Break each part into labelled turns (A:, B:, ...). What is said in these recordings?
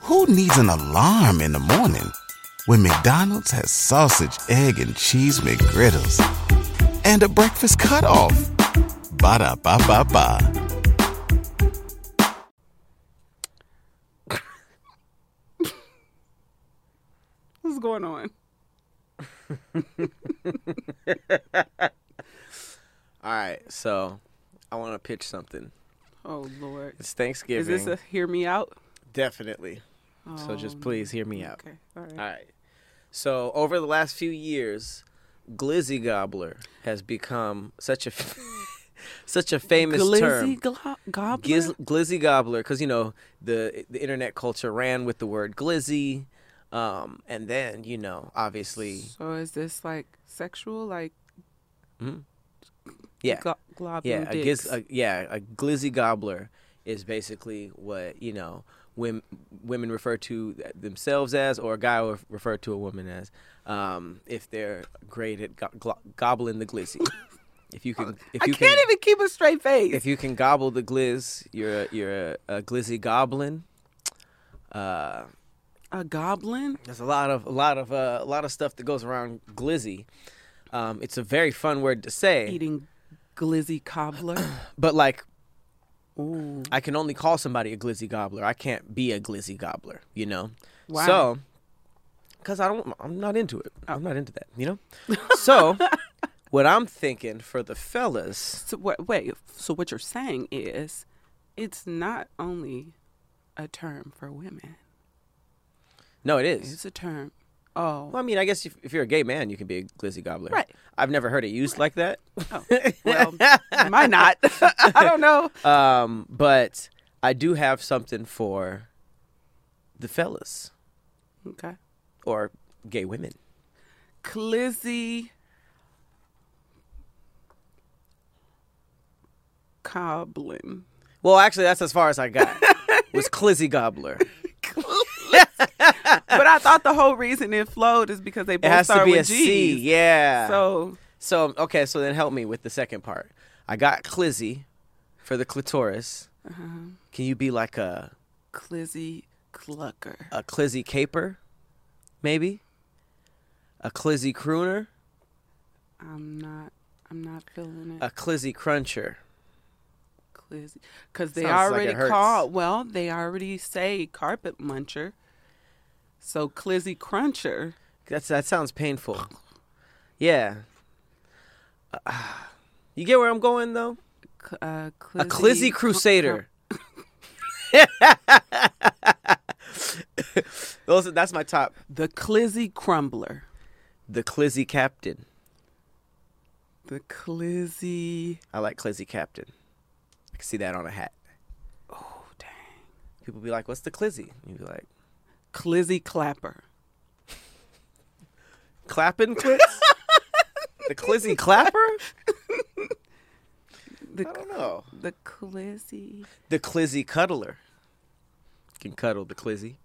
A: Who needs an alarm in the morning when McDonald's has sausage, egg, and cheese McGriddles and a breakfast cutoff? Ba da ba ba ba.
B: What's going on?
C: All right, so I want to pitch something.
B: Oh Lord.
C: It's Thanksgiving,
B: Is this a hear me out?
C: definitely. so just please hear me out.
B: Oh, Okay. All right.
C: All right. So over the last few years, Glizzy Gobbler has become such a such a famous term.
B: Glizzy glo- gobbler.
C: Giz- glizzy gobbler because you know the the internet culture ran with the word glizzy um and then you know obviously
B: so is this like sexual, like
C: Mm-hmm. yeah
B: glo- glob
C: yeah a, giz-
B: dicks?
C: a yeah a glizzy gobbler is basically what you know women women refer to themselves as or a guy will refer to a woman as um if they're great at go- glo- gobbling the glizzy if you can if
B: I
C: you
B: can't
C: can
B: even keep a straight face.
C: if you can gobble the glizz you're a, you're a, a glizzy goblin uh
B: a goblin.
C: There's a lot of a lot of uh, a lot of stuff that goes around glizzy. Um, it's a very fun word to say,
B: eating glizzy cobbler.
C: but like
B: Ooh.
C: I can only call somebody a glizzy gobbler. I can't be a glizzy gobbler, you know.
B: Why?
C: So, because I don't, I'm not into it. I'm not into that, you know. So, what I'm thinking for the fellas,
B: So what, wait. So what you're saying is, it's not only a term for women.
C: no, it is.
B: It's a term. Oh.
C: Well, I mean, I guess if, if you're a gay man, you can be a glizzy gobbler.
B: Right.
C: I've never heard it used like that.
B: oh. Well, am I not? I don't know.
C: Um, but I do have something for the fellas.
B: Okay.
C: or gay women.
B: Clizzy Coblin.
C: Well, actually, that's as far as I got. was Clizzy Gobbler.
B: but I thought the whole reason it flowed is because they
C: It
B: both
C: has to
B: start
C: be a
B: with
C: C.
B: G's.
C: Yeah. So,
B: So
C: okay, so then help me with the second part. I got Clizzy for the clitoris.
B: Uh-huh.
C: Can you be like a
B: Clizzy Clucker.
C: a Clizzy caper, maybe? A Clizzy crooner,
B: I'm not. I'm not feeling it.
C: a Clizzy cruncher.
B: Clizzy, because they
C: Sounds like it
B: already
C: hurts.
B: call. Well, they already say carpet muncher. So Clizzy Cruncher.
C: That's that sounds painful. Yeah. Ah. you get where I'm going though?
B: cl- Uh, Clizzy,
C: A Clizzy
B: cr-
C: Crusader. Those, that's my top.
B: the Clizzy Crumbler.
C: The Clizzy Captain.
B: The Clizzy.
C: I like Clizzy Captain. I can see that on a hat.
B: Oh, dang.
C: People be like, "What's the Clizzy?" You be like,
B: Clizzy Clapper.
C: "Clapping clits." the Clizzy Clapper.
B: The,
C: I don't know.
B: the Clizzy.
C: The Clizzy Cuddler. Can cuddle the Clizzy.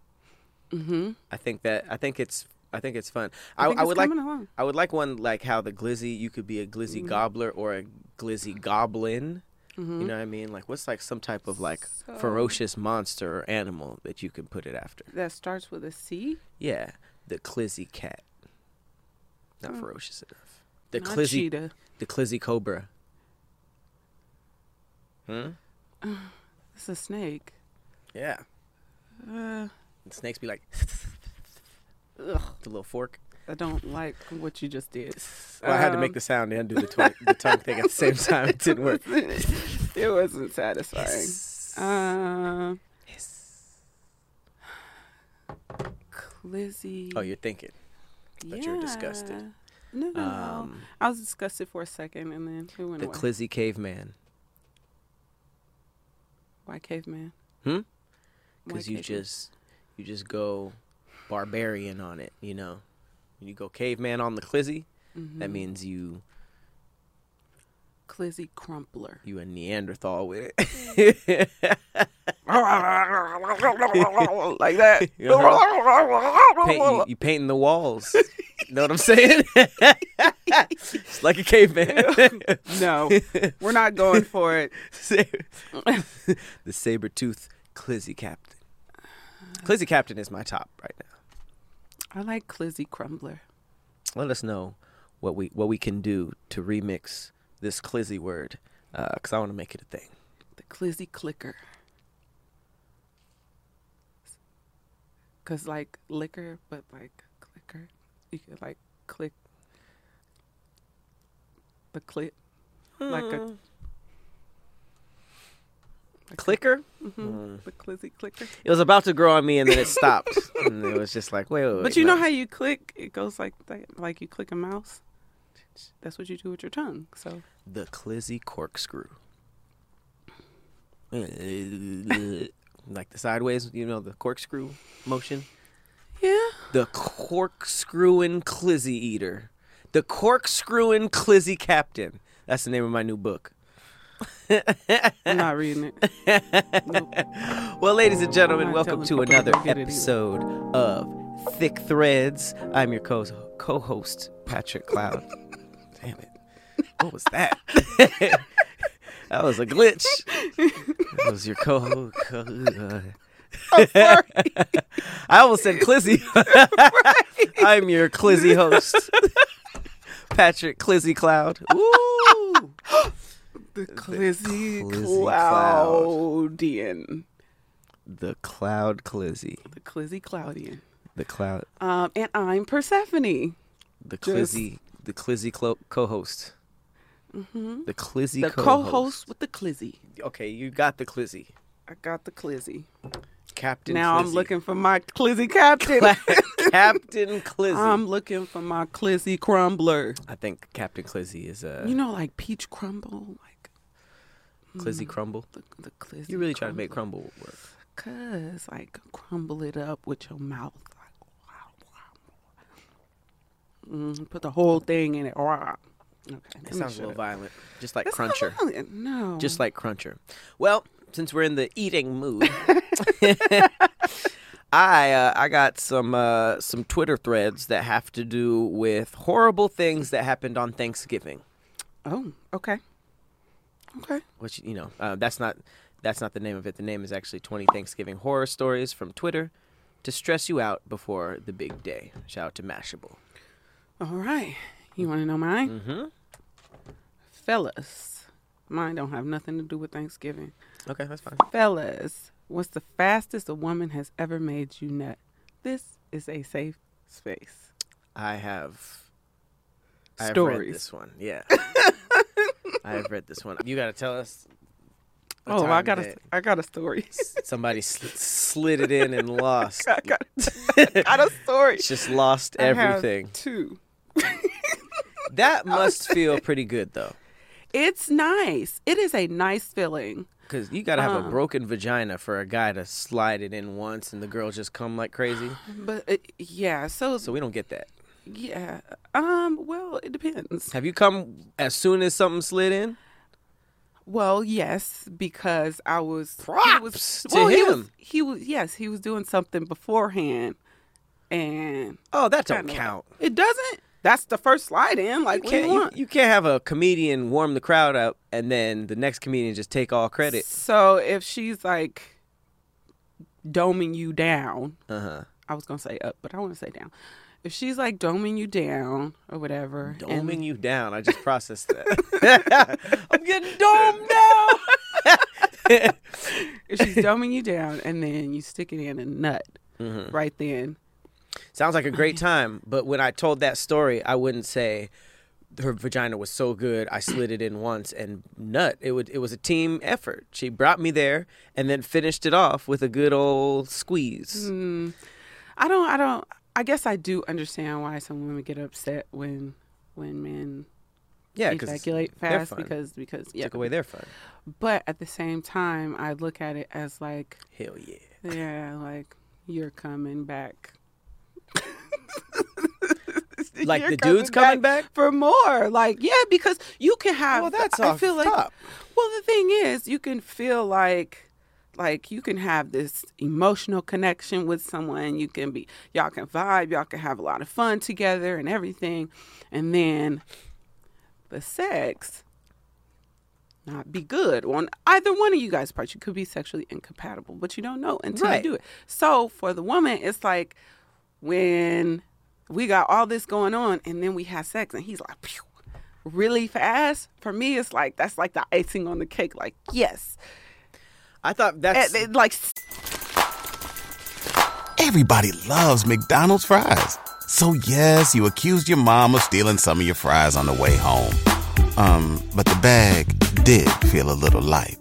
B: Mm-hmm.
C: I think that. I think it's. I think it's fun.
B: I,
C: I,
B: think
C: I
B: it's
C: would like.
B: coming Along. Mm-hmm.
C: I would like one like how the glizzy you could be a glizzy gobbler or a glizzy goblin. You know what I mean? Like what's like some type of like
B: So-
C: ferocious monster or animal that you can put it after?
B: That starts with a C.
C: Yeah, the glizzy cat. Not ferocious enough. The
B: not
C: glizzy
B: cheetah.
C: the glizzy cobra. Hmm?
B: It's a snake.
C: Yeah.
B: Uh,
C: The snakes be like
B: ugh,
C: the little fork.
B: I don't like what you just did.
C: Well, I had to make
B: Um,
C: the sound and do the, twi- the tongue thing at the same time. It didn't work.
B: it wasn't satisfying. Um, Clizzy.
C: Oh, you're thinking. but you're disgusted.
B: Yeah. No, no, no.
C: Um,
B: I was disgusted for a second, and then it went
C: the
B: away.
C: Clizzy caveman.
B: Why caveman?
C: Hmm?
B: Why
C: because you
B: caveman?
C: just you just go barbarian on it you know when you go caveman on the clizzy that means you
B: Clizzy Crumpler.
C: you a neanderthal with it
B: like that.
C: You
B: Oh,
C: Paint- you, you painting the walls know what i'm saying it's like a caveman
B: no, we're not going for it.
C: the saber tooth clizzy captain Clizzy Captain is my top right now.
B: I like Clizzy Crumbler.
C: Let us know what we what we can do to remix this Clizzy word because I want to make it a thing.
B: the Clizzy Clicker. Cause like liquor, but like clicker, you could like click the clip, like a
C: Clicker.
B: the Clizzy Clicker.
C: It was about to grow on me and then it stopped. and it was just like, wait, wait, wait.
B: But you know
C: no.
B: how you click? It goes like that, like you click a mouse. That's what you do with your tongue. So
C: the Clizzy corkscrew. uh, like the sideways, you know, the corkscrew motion.
B: yeah,
C: The corkscrewing Clizzy eater. The corkscrewing Clizzy captain. That's the name of my new book.
B: I'm not reading it. Nope.
C: Well, ladies and gentlemen,
B: not
C: welcome
B: telling people
C: to
B: to
C: another
B: go get it either.
C: episode of Thick Threads. I'm your co co host, Patrick Cloud. Damn it. What was that? that was a glitch. That was your co host.
B: Oh,
C: I almost said Clizzy. I'm your Clizzy host, Patrick Clizzy Cloud. Ooh.
B: The Clizzy,
C: Clizzy Cloud.
B: Cloudian,
C: The Cloud Clizzy.
B: the Clizzy Cloudian,
C: The Cloud.
B: um, and I'm Persephone.
C: the
B: Just-
C: Clizzy, the Clizzy clo- co-host, the Clizzy
B: Mm-hmm. the
C: co-host.
B: co-host. with the Clizzy.
C: Okay, you got the Clizzy,
B: I got the Clizzy.
C: Captain.
B: now I'm
C: Clizzy.
B: looking for my Clizzy captain.
C: Captain Clizzy.
B: I'm looking for my Clizzy crumbler.
C: I think Captain Clizzy is uh,
B: You know, like peach crumble, like
C: Clizzy Crumble.
B: the, the Clizzy.
C: You really trying to make Crumble work.
B: Cause like crumble it up with your mouth. Like, wow, wow, wow. Mm, put the whole thing in it. Wow. Okay, let
C: It
B: me
C: sounds a
B: shut
C: little
B: up.
C: violent, just like
B: It's not
C: Cruncher,
B: violent, No.
C: just like Cruncher. Well, since we're in the eating mood, I uh, I got some uh, some Twitter threads that have to do with horrible things that happened on Thanksgiving.
B: Oh, okay. Okay.
C: which you know uh, that's not that's not the name of it. The name is actually Twenty Thanksgiving Horror Stories from Twitter to stress you out before the big day. Shout out to Mashable.
B: All right. You want to know mine?
C: Mm-hmm.
B: Fellas, mine don't have nothing to do with Thanksgiving.
C: Okay, that's fine.
B: Fellas, what's the fastest a woman has ever made you nut? This is a safe space.
C: I have I have read
B: Stories.
C: this one. Yeah, I have read this one. You got to tell us. a
B: Oh, I
C: time
B: got a,
C: that
B: I got a story.
C: s- Somebody sl- slid it in and lost.
B: I got, I got a story.
C: Just lost
B: I have
C: everything.
B: Two.
C: That must feel pretty good though,
B: It's nice. It is a nice feeling.
C: because you got to have a
B: Um.
C: broken vagina for a guy to slide it in once and the girl just come like crazy.
B: But it, yeah, so,
C: So we don't get that.
B: yeah. Um, well, it depends.
C: Have you come as soon as something slid in?
B: Well, yes, because I was he
C: Props
B: was,
C: to
B: well, He was,
C: him.
B: he was yes, he was doing something beforehand, and
C: Oh, that don't
B: Kinda.
C: count.
B: it doesn't. That's the first slide in. Like what
C: You
B: do
C: can't,
B: you
C: you,
B: want?
C: you can't have a comedian warm the crowd up and then the next comedian just take all credit.
B: So if she's like doming you down,
C: Uh huh.
B: I was gonna say up, but I want to say down. If she's like doming you down or whatever, and-
C: Doming you down. I just processed that. I'm getting domed down.
B: if she's doming you down, and then you stick it in a nut
C: Mm-hmm.
B: right then.
C: Sounds like a great time, but when I told that story, I wouldn't say her vagina was so good. I slid it in once and nut. It would. It was a team effort. She brought me there and then finished it off with a good old squeeze.
B: Mm, I don't. I don't. I guess I do understand why some women get upset when when men
C: Yeah, because
B: ejaculate fast because because yeah.
C: took away their fun.
B: But at the same time, I look at it as like
C: Hell yeah.
B: yeah, like you're coming back.
C: Like
B: You're
C: the dude's coming back?
B: for more. Like yeah, because you can have.
C: Well, that's
B: I
C: off
B: feel like.
C: top.
B: Well, the thing is, you can feel like. Like you can have this emotional connection with someone, you can be y'all can vibe, y'all can have a lot of fun together and everything. And then the sex, not be good on either one of you guys' parts. You could be sexually incompatible, but you don't know until
C: Right.
B: you do it. So for the woman, it's like when we got all this going on and then we have sex and he's like, Pew, really fast. For me, it's like that's like the icing on the cake. Like, yes.
C: I thought
B: And
C: that's
B: then, like s-
A: Everybody loves McDonald's fries. So yes, you accused your mom of stealing some of your fries on the way home. Um, but the bag did feel a little light.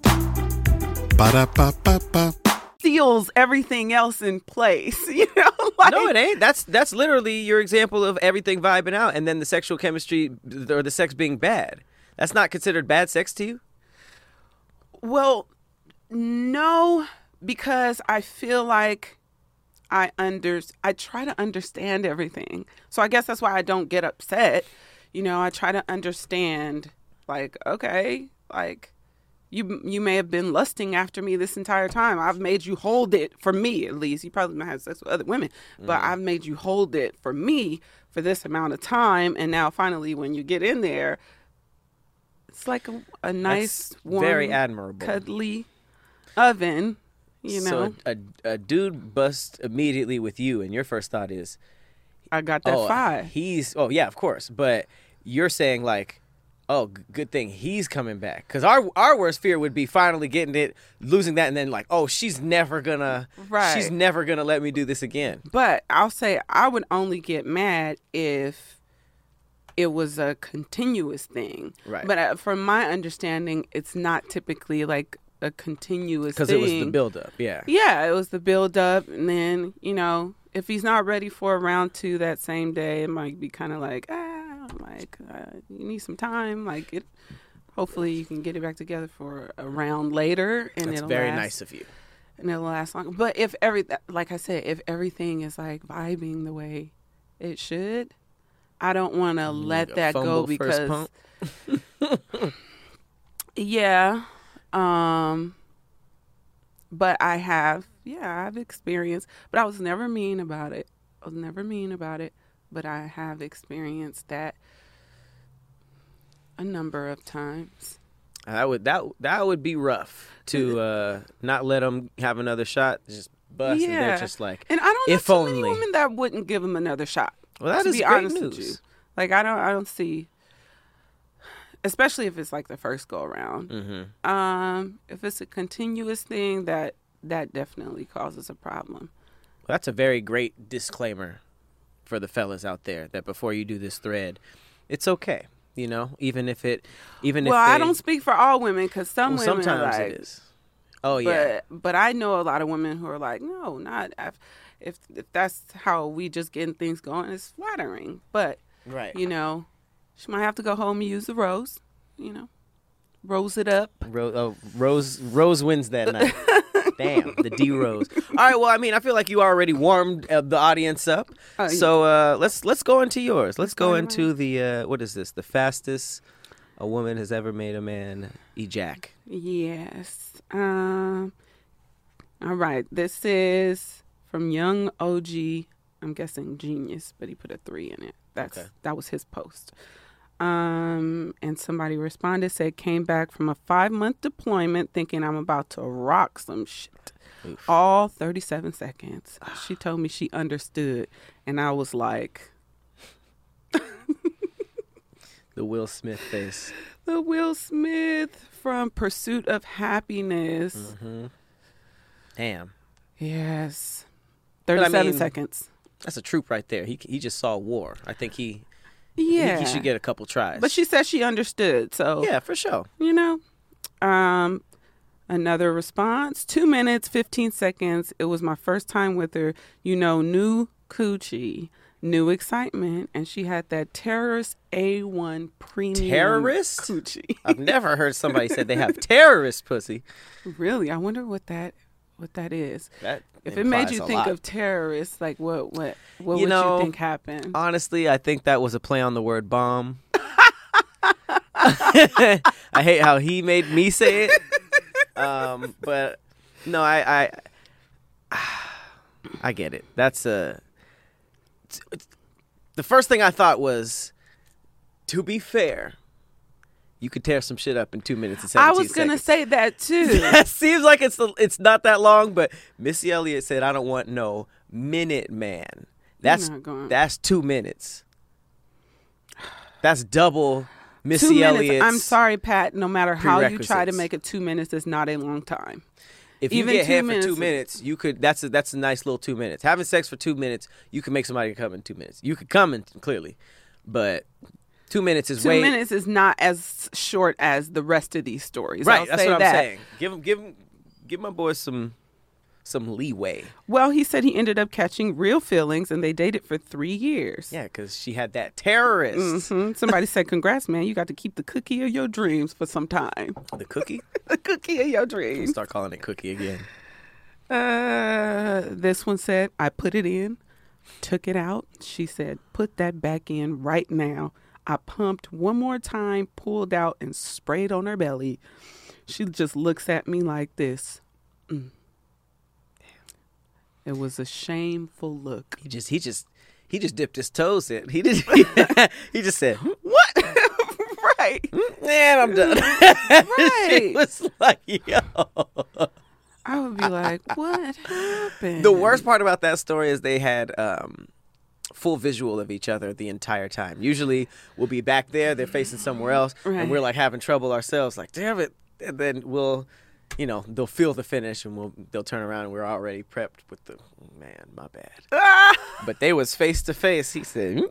A: Ba-da-ba-ba-ba.
B: seals everything else in place. You know, like
C: no, it ain't. That's that's literally your example of everything vibing out, and then the sexual chemistry or the sex being bad. That's not considered bad sex to you.
B: Well, no, because I feel like I under I try to understand everything. So I guess that's why I don't get upset. You know, I try to understand like okay, like you you may have been lusting after me this entire time. I've made you hold it for me at least. You probably might have sex with other women,
C: Mm.
B: but I've made you hold it for me for this amount of time and now finally when you get in there it's like a, a nice
C: That's
B: warm
C: very admirable.
B: cuddly oven, you know.
C: So a, a, a dude busts immediately with you, and your first thought is,
B: I got that
C: "Oh,
B: five.
C: he's oh yeah, of course." But you're saying like, "Oh, g- good thing he's coming back," because our our worst fear would be finally getting it, losing that, and then like, "Oh, she's never gonna, she's
B: Right.
C: never gonna let me do this again."
B: But I'll say I would only get mad if it was a continuous thing.
C: Right.
B: But uh, from my understanding, it's not typically like a continuous
C: Because
B: thing.
C: it was the buildup, yeah.
B: Yeah, it was the build up, and then you know, if he's not ready for round two that same day, it might be kind of like, ah, like uh, you need some time. Like it, hopefully you can get it back together for a round later, and
C: That's
B: it'll
C: very
B: last,
C: nice of you.
B: and it'll last longer. But if every, like I said, if everything is like vibing the way it should, I don't want to let that go
C: Fumble first
B: because
C: pump.
B: Yeah. Um but I have yeah, I've experienced but I was never mean about it. I was never mean about it, but I have experienced that a number of times.
C: that would that that would be rough to uh, not let them have another shot. Just bust, and they're
B: Yeah.
C: just like,
B: And I don't know
C: If
B: too
C: only.
B: many women that wouldn't give him another shot.
C: Well, that
B: to
C: is
B: be
C: great
B: honest with you.
C: news.
B: Like I don't I don't see especially if it's like the first go around.
C: Mm-hmm.
B: Um if it's a continuous thing that that definitely causes a problem.
C: Well, that's a very great disclaimer for the fellas out there that before you do this thread, it's okay. You know, even if it, even
B: Well,
C: if they,
B: I don't speak for all women because some
C: well,
B: women
C: sometimes
B: like,
C: it is. Oh
B: but
C: yeah,
B: but I know a lot of women who are like, no, not if if, if that's how we just getting things going, it's flattering. But
C: right.
B: you know, she might have to go home and use the rose, you know, rose it up.
C: Rose, oh, Rose, Rose wins that night. Damn, the D Rose. All right, well, I mean, I feel like you already warmed uh, the audience up.
B: Oh, yeah.
C: so uh, let's let's go into yours. Let's go
B: go to
C: into the uh, what is this? The fastest a woman has ever made a man ejac.
B: Yes. Um. All right. This is from Young OG. I'm guessing genius, but he put a three in it. That's
C: Okay.
B: that was his post. Um, and somebody responded said came back from a five month deployment thinking I'm about to rock some shit. All 37 seconds. She told me she understood, and I was like,
C: The Will Smith face.
B: the Will Smith from Pursuit of Happiness.
C: Mm-hmm. Damn,
B: Yes.
C: I
B: 37
C: mean-
B: seconds.
C: that's a troop right there. He he just saw war. I think he he-
B: Yeah.
C: he, should get a couple tries.
B: But she said she understood. So,
C: yeah, for sure.
B: you know, um, another response two minutes, 15 seconds. It was my first time with her. You know, new coochie, new excitement. And she had that terrorist A1 premium.
C: Terrorist?
B: Coochie.
C: I've never heard somebody say they have terrorist pussy.
B: really? I wonder what that what that is.
C: That
B: if it made
C: implies
B: you
C: a
B: think
C: lot.
B: of terrorists, like what what what
C: You
B: would
C: know,
B: you think happened?
C: Honestly, I think that was a play on the word bomb. I hate how he made me say it. Um, but no, I, I I get it. That's a the first thing I thought was to be fair, You could tear some shit up in two minutes and
B: I
C: 17
B: was gonna
C: seconds.
B: say that too.
C: That seems like it's the, it's not that long, but Missy Elliott said, "I don't want no minute man." That's
B: not going-
C: that's two minutes. That's double
B: two
C: Missy
B: minutes.
C: Elliott's.
B: I'm sorry, Pat. No matter how you try to
C: prerequisites.
B: make it two minutes, it's not a long time.
C: If you
B: even
C: get
B: two
C: head
B: minutes
C: for two
B: is-
C: minutes, you could. That's a, that's a nice little two minutes. Having sex for two minutes, you can make somebody come in two minutes. You could come in clearly, but two minutes is
B: Two
C: way
B: minutes is not as short as the rest of these stories.
C: right.
B: I'll
C: that's
B: say
C: what I'm
B: that.
C: saying. Give him, give him, give my boys some some leeway.
B: Well, he said he ended up catching real feelings, and they dated for three years.
C: Yeah, because she had that terrorist.
B: Mhm. Somebody said, "Congrats, man! You got to keep the cookie of your dreams for some time.
C: The cookie.
B: the cookie of your dreams."
C: Start calling it cookie again.
B: Uh, this one said, I put it in, took it out. She said, put that back in right now. I pumped one more time, pulled out, and sprayed on her belly. She just looks at me like this. Mm. It was a shameful look.
C: He just he just he just dipped his toes in. He did. not he just said,
B: What? right.
C: "Man, I'm done."
B: Right.
C: it was like yo.
B: I would be like, what happened?
C: The worst part about that story is they had um, full visual of each other the entire time. Usually we'll be back there, they're facing somewhere else,
B: Right.
C: and we're like having trouble ourselves. Like, damn it! And then we'll, you know, they'll feel the finish, and we'll they'll turn around, and we're already prepped with the man. My bad. but they was face to face. He said, "Mm."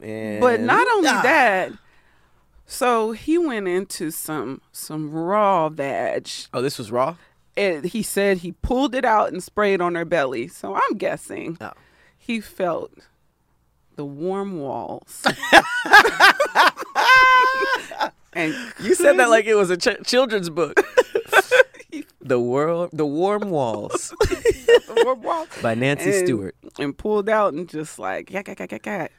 C: and
B: But not only
C: Ah.
B: that, so he went into some some raw veg.
C: Oh, this was raw.
B: It, he said he pulled it out and sprayed on her belly. So I'm guessing
C: Oh.
B: he felt the warm walls. and
C: You said that like it was a ch- children's book. the world, the warm walls
B: the warm walls.
C: by Nancy
B: and-
C: Stewart.
B: And pulled out and just like yak yak yak yak yak.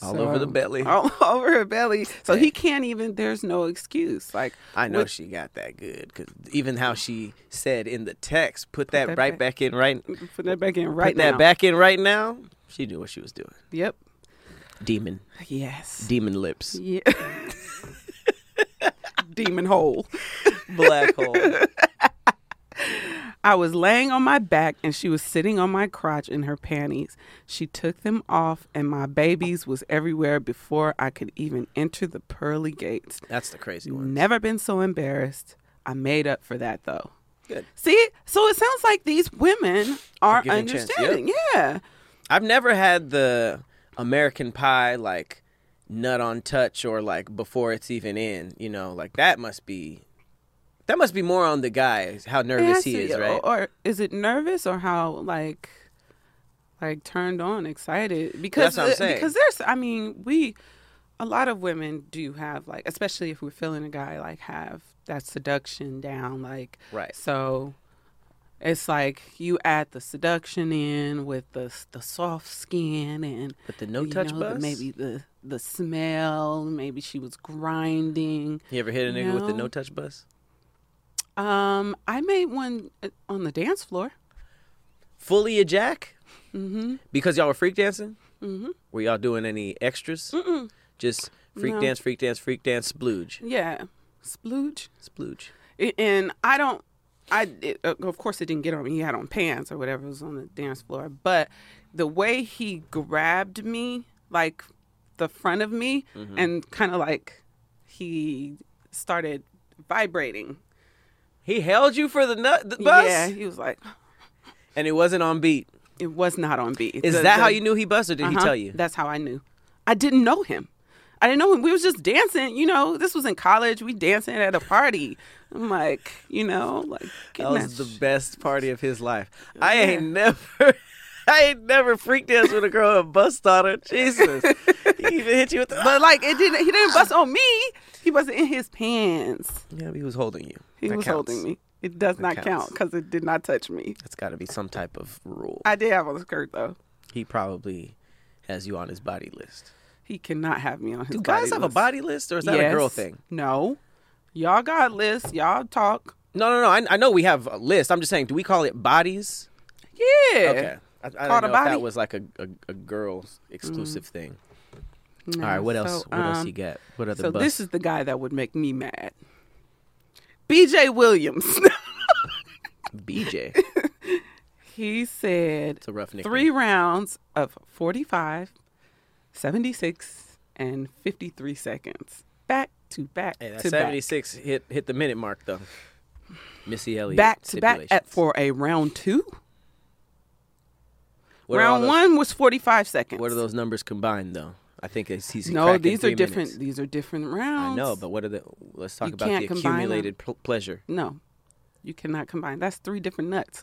C: All over the belly.
B: All over her belly. So he can't even there's no excuse. Like
C: I know
B: with-
C: she got that good because even how she said in the text, put that,
B: that
C: right
B: back-
C: back in right,
B: put that back in right
C: put
B: now.
C: that back in right now. She knew what she was doing.
B: Yep.
C: Demon,
B: Yes.
C: demon lips,
B: yeah. Demon hole.
C: black hole.
B: I was laying on my back and she was sitting on my crotch in her panties. She took them off and my babies was everywhere before I could even enter the pearly gates.
C: That's the crazy one.
B: Never been so embarrassed. I made up for that though.
C: Good.
B: See, so it sounds like these women are
C: giving chance, yeah.
B: understanding. Yeah.
C: I've never had the American Pie like nut on touch or like before it's even in. You know, like that must be. That must be more on the guy how
B: It
C: nervous
B: has
C: he
B: to-
C: is, right?
B: Or is it nervous or how like like turned on, excited? Because
C: That's what I'm
B: uh,
C: saying.
B: because there's I mean, we a lot of women do have like especially if we're feeling a guy like have that seduction down like
C: Right.
B: So it's like you add the seduction in with the s- the soft skin and
C: But the no
B: you
C: touch
B: know, the-
C: bus.
B: maybe the the smell, maybe she was grinding.
C: you ever hit a nigga with the
B: No.
C: no touch bus?
B: Um, I made one uh, on the dance floor.
C: fully a jack?
B: Mm-hmm.
C: Because y'all were freak dancing? Were y'all doing any extras? Just freak
B: No. Mm.
C: dance, freak dance, freak dance, splooge.
B: Yeah, splooge.
C: Splooge.
B: A- And I don't. I it, uh, of course it didn't get on me. He had on pants or whatever was on the dance floor. But the way he grabbed me, like the front of me,
C: Mm-hmm.
B: and kind of like he started vibrating.
C: He held you for the nut the bus?
B: Yeah, he was like,
C: And it wasn't on beat.
B: it was not on beat.
C: Is
B: The-
C: that how
B: the-
C: you knew he bust or did he
B: Uh-huh.
C: tell you?
B: That's how I knew. I didn't know him. I didn't know him. We was just dancing, you know. This was in college. We dancing at a party. I'm like, you know, like
C: That
B: getting
C: was
B: that
C: the best party of his life. I ain't never I ain't never freak danced with a girl and bust on her. Jesus. he even hit you with the
B: But like it didn't he didn't bust on me. He wasn't in his pants.
C: Yeah, but he was holding you.
B: He
C: That
B: was
C: counts.
B: holding me. It does not count
C: counts.
B: because it did not touch me.
C: That's gotta be some type of rule.
B: I did have on a skirt though.
C: he probably has you on his body list.
B: He cannot have me on his
C: Do guys have a
B: list.
C: body list, or is that a girl
B: Yes.
C: thing?
B: No. Y'all got lists, y'all talk.
C: No, no, no. I, I know we have a list. I'm just saying, do we call it bodies?
B: Yeah.
C: Okay. I, I
B: Called
C: don't
B: a
C: know if that
B: body?
C: Mm. was like a, a, a girl exclusive thing.
B: No,
C: All right, what else?
B: so,
C: what else
B: um,
C: you got? What other
B: So
C: bus?
B: this is the guy that would make me mad. BJ Williams.
C: BJ.
B: he said
C: It's a rough nickname.
B: three rounds of 45, 76, and 53 seconds. Back to back
C: Hey, that
B: to back.
C: 76 hit hit the minute mark though. Missy Elliott.
B: Back to back at,
C: stipulations.
B: for a round two.
C: What are all
B: round
C: those-
B: one was 45 seconds.
C: What are those numbers combined though? I think it's he's
B: No,
C: cracking
B: these are
C: three minutes.
B: different. These are different rounds.
C: I know, but what are the? Let's talk
B: You
C: about
B: can't
C: the
B: combine 'em.
C: accumulated pl- pleasure.
B: no, you cannot combine. That's three different nuts.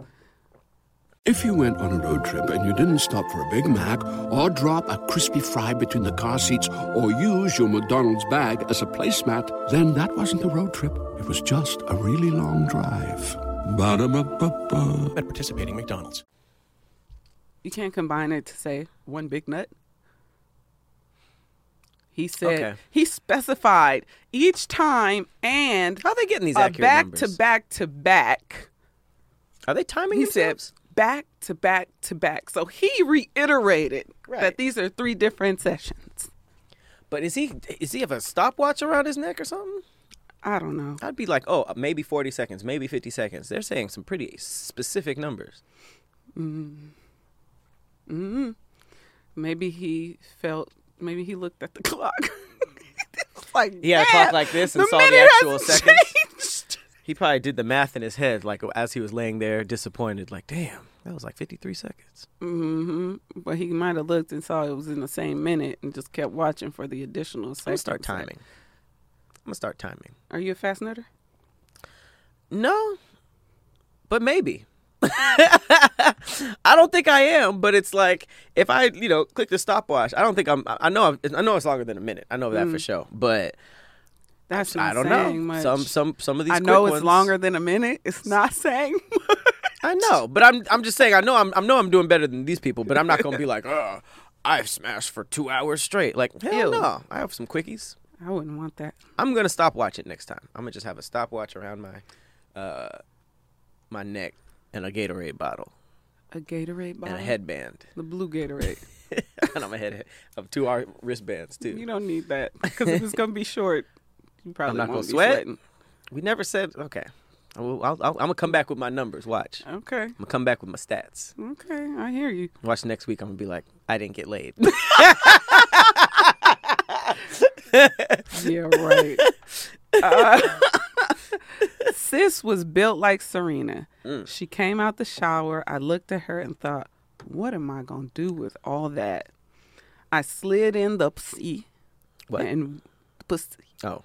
D: If you went on a road trip and you didn't stop for a Big Mac or drop a crispy fry between the car seats or use your McDonald's bag as a placemat, then that wasn't a road trip. It was just a really long drive. Ba-da-ba-ba-ba.
E: at participating McDonald's.
B: You can't combine it to say one big nut. He said
C: Okay.
B: he specified each time and
C: How are they getting these
B: a
C: accurate
B: back
C: numbers?
B: to back to back.
C: Are they timing
B: He said
C: themselves?
B: back to back to back. So he reiterated
C: Right.
B: that these are three different sessions.
C: But is he is he have a stopwatch around his neck or something?
B: I don't know.
C: I'd be like, oh, maybe 40 seconds, maybe 50 seconds. They're saying some pretty specific numbers.
B: Maybe he felt. Maybe he looked at the clock. It's like
C: He had a
B: "Damn,
C: clock like this and saw the
B: minute
C: actual
B: hasn't
C: seconds."
B: changed."
C: He probably did the math in his head, like as he was laying there disappointed, like, damn, that was like 53 seconds.
B: But he might have looked and saw it was in the same minute and just kept watching for the additional
C: I'm gonna
B: seconds.
C: start timing. I'm gonna start timing.
B: Are you a fast nutter?
C: No, but maybe. I don't think I am, but it's like if I, you know, click the stopwatch. I don't think I'm. I I know. I'm, I know it's longer than a minute. I know that for sure. But
B: That's not
C: I don't know.
B: Mm. saying much.
C: Some some some of these.
B: I know
C: quick
B: it's
C: ones-
B: longer than a minute. It's not saying. much.
C: I know, but I'm I'm just saying. I know I'm I know I'm doing better than these people, but I'm not gonna be like, oh, I've smashed for two hours straight. Like hell
B: Ew.
C: no, I have some quickies.
B: I wouldn't want that.
C: I'm gonna stop watch it next time. I'm gonna just have a stopwatch around my, uh, my neck and a Gatorade bottle
B: A Gatorade bottle.
C: and a headband.
B: The blue Gatorade.
C: and I'm a head of two hour wristbands too.
B: you don't need that because if it's gonna be short, you probably
C: not
B: won't
C: gonna
B: be
C: sweat.
B: sweating.
C: we never said okay. I will- I'll, I'll, I'm gonna come back with my numbers. Watch. I'm
B: Okay.
C: gonna come back with my stats.
B: Okay. I hear you.
C: Watch next week. I'm gonna be like, I didn't get laid.
B: Yeah, right. Uh, sis was built like Serena.
C: Mm.
B: She came out the shower. I looked at her and thought, what am I going to do with all that? I slid in the pussy
C: What?
B: and pussy.
C: oh,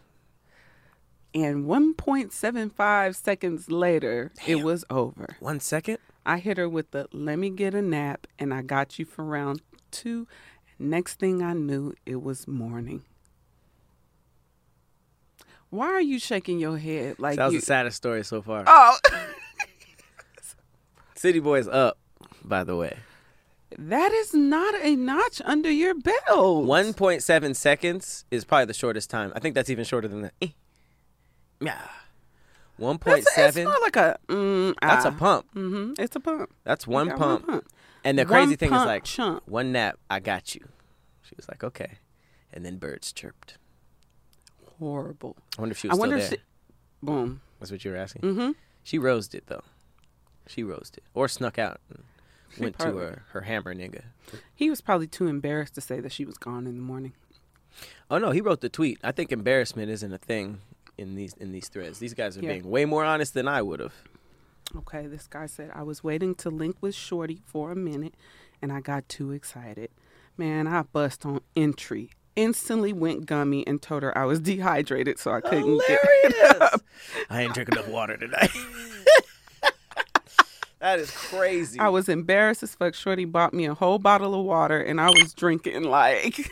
B: And 1.75 seconds later, it was over.
C: one second.
B: I hit her with the let me get a nap and I got you for round two. Next thing I knew, it was morning. Why are you shaking your head like
C: That was
B: you,
C: the saddest story so far.
B: Oh,
C: City Boys up. By the way,
B: that is not a notch under your belt.
C: 1.7 seconds is probably the shortest time. I think that's even shorter than that. Eh. Yeah,
B: That's a, it's
C: 1.7.
B: more like a. Mm,
C: That's a
B: ah.
C: pump.
B: Mhm, It's a pump.
C: That's one
B: got one
C: pump.
B: pump.
C: And the
B: One
C: crazy thing is
B: pump
C: like
B: chump.
C: one nap, I got you. She was like, okay. And then birds chirped.
B: Horrible.
C: I wonder if she
B: I
C: was
B: wonder.
C: still
B: If she,
C: there.
B: boom.
C: That's what you were asking. Mm-hmm. She rosed it though. She rosed it, or snuck out and went
B: probably-
C: to her her hammer nigga.
B: He was probably too embarrassed to say that she was gone in the morning.
C: Oh no, he wrote the tweet. I think embarrassment isn't a thing in these in these threads. These guys are
B: Yeah.
C: being way more honest than I would have.
B: Okay, this guy said, I was waiting to link with Shorty for a minute and I got too excited. Man, I bust on entry. Instantly went gummy and told her I was dehydrated, so I couldn't get it up.
C: I ain't drinking enough water tonight. that is crazy.
B: I was embarrassed as fuck. Shorty bought me a whole bottle of water and I was drinking like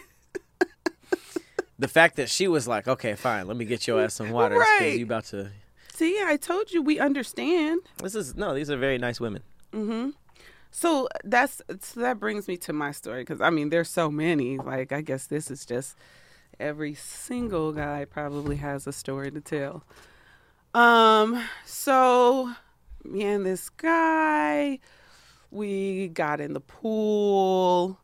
C: the fact that she was like, okay, fine, let me get your ass some water because
B: Right.
C: you about to.
B: See, I told you we understand.
C: This is no, these are very nice women.
B: So that's so that brings me to my story because I mean there's so many. Like I guess this is just every single guy probably has a story to tell. Um, so me and this guy, we got in the pool.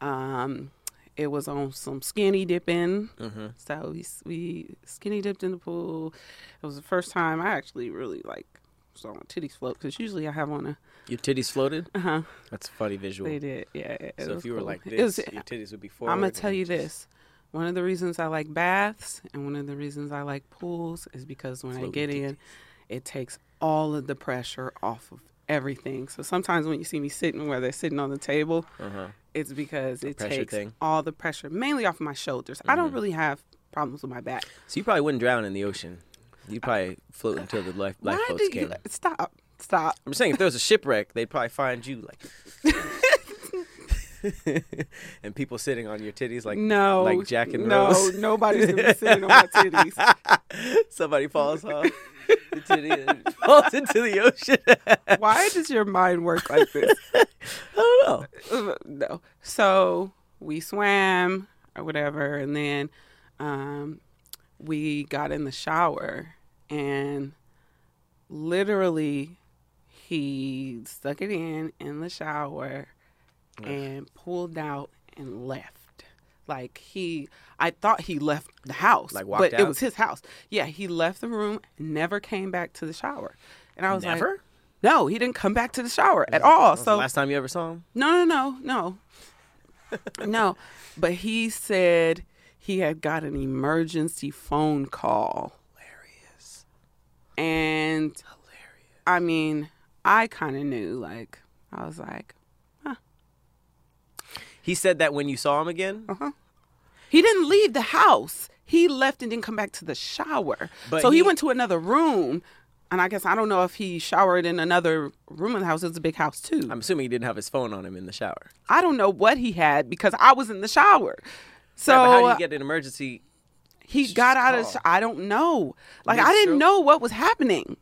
B: Um, It was on some skinny dipping. So we, s- we skinny dipped in the pool. It was the first time I actually really like saw my titties float because usually I have on a.
C: Your titties floated?
B: Uh huh.
C: That's a funny visual.
B: They did. Yeah. it- it
C: So
B: was
C: if you were
B: cool.
C: like
B: It was-
C: this, your titties would be forward.
B: I'm gonna tell
C: and
B: you
C: just-
B: this. One of the reasons I like baths and one of the reasons I like pools is because when I
C: Floating
B: get
C: titties.
B: in, it takes all of the pressure off of everything. So sometimes when you see me sitting where they're sitting on the table, it's because it
C: Uh-huh. pressure
B: takes
C: thing. Mm-hmm.
B: all the pressure, mainly off my shoulders. I don't really have problems with my back.
C: So you probably wouldn't drown in the ocean. You'd probably float until the life
B: Why
C: lifeboats
B: do
C: came.
B: you stop? Stop.
C: I'm just saying, if there was a shipwreck, they'd probably find you like, and people sitting on your titties like
B: no.
C: like Jack and
B: no,
C: Rose.
B: nobody's gonna be sitting on my titties.
C: Somebody falls off the titty and falls into the ocean. I
B: Why does your mind work like this?
C: don't know.
B: Uh, no. So we swam or whatever, and then um, we got in the shower, and literally he stuck it in in the shower and pulled out and left. Like he, I thought he left the house,
C: Like walked
B: but it
C: out?
B: was his house. Yeah, he left the room, never came back to the shower, and I was like,
C: Never?
B: "No, he didn't come back to the shower at all."
C: The
B: So
C: last time you ever saw him?
B: no, no, no, no. no. But he said he had got an emergency phone call. Hilarious. And hilarious. I mean, I kind of knew. Like, I was like,
C: He said that when you saw him again. Uh-huh.
B: he didn't leave the house. He left and didn't come back to the shower.
C: But
B: so he,
C: he-
B: went to another room. And I guess I don't know if he showered in another room in the house. It's a big house too.
C: I'm assuming he didn't have his phone on him in the shower.
B: I don't know what he had because I was in the shower. So
C: But how do you get oh. an emergency?
B: he got out of
C: call.
B: sh- I don't know. Like I
C: Mid-stroke?
B: didn't know what was happening.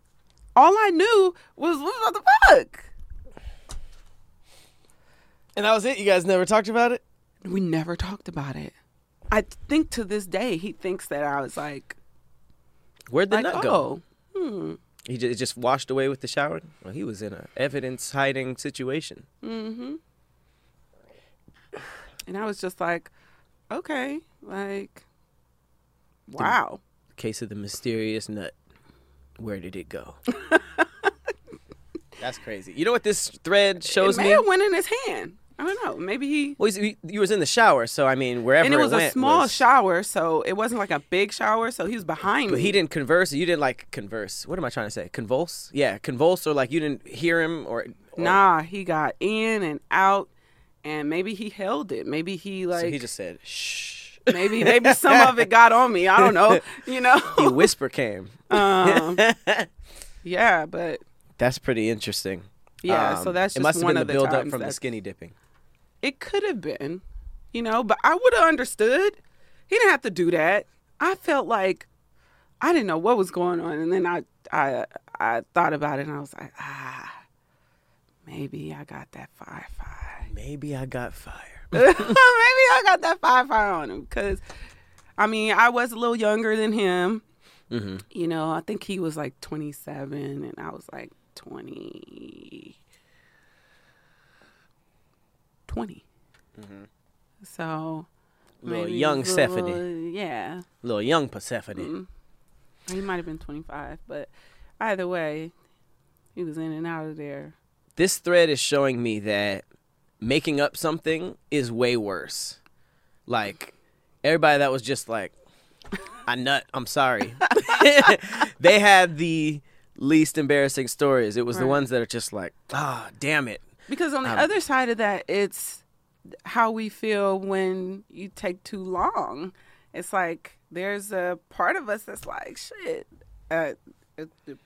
B: All I knew was what the fuck.
C: And that was it. You guys never talked about it.
B: We never talked about it. I think to this day he thinks that I was like,
C: Where'd the
B: like
C: nut
B: oh,
C: go? He just, just washed away with the shower. Well, he was in a evidence hiding situation.
B: and I was just like, okay, like, wow.
C: Case of the mysterious nut. Where did it go? That's crazy. You know what this thread shows
B: It may
C: me?
B: have went in his hand. I don't know. Maybe he.
C: Well, he's- he, he was in the shower, so I mean, wherever
B: And it was a
C: went
B: small
C: was-
B: shower, so it wasn't like a big shower. So he was behind
C: But
B: me.
C: he didn't converse. You didn't like converse. What am I trying to say? Convulse? Yeah, convulse, or like you didn't hear him, or, or
B: Nah, he got in and out, and maybe he held it. Maybe he like
C: so he just said shh.
B: maybe maybe some of it got on me. I don't know. You
C: the
B: know.
C: whisper came.
B: Um, yeah, but
C: That's pretty interesting.
B: yeah. so
C: Um,
B: that's just
C: it must have
B: one
C: been
B: of
C: the
B: the
C: build up
B: times
C: from the
B: that's-
C: skinny dipping.
B: It could have been, you know. But I would have understood. He didn't have to do that. I felt like I didn't know what was going on, and then I I I thought about it, and I was like, ah, maybe I got that firefly.
C: Maybe I got fire.
B: maybe I got that fire fire on him because I mean I was a little younger than him.
C: Mm-hmm.
B: You know, I think he was like 27 and I was like 20. 20. So
C: Mm-hmm. Little
B: maybe he
C: young
B: was a little-
C: Stephanie.
B: Yeah,
C: Little young Persephone.
B: he might have been 25, but either way, he was in and out of there.
C: This thread is showing me that making up something is way worse. Like everybody that was just like, I nut. I'm sorry. they had the least embarrassing stories. It was the ones that are just like, ah, damn it.
B: Because on the other side of that, it's how we feel when you take too long. It's like there's a part of us that's like, shit, uh, it- it-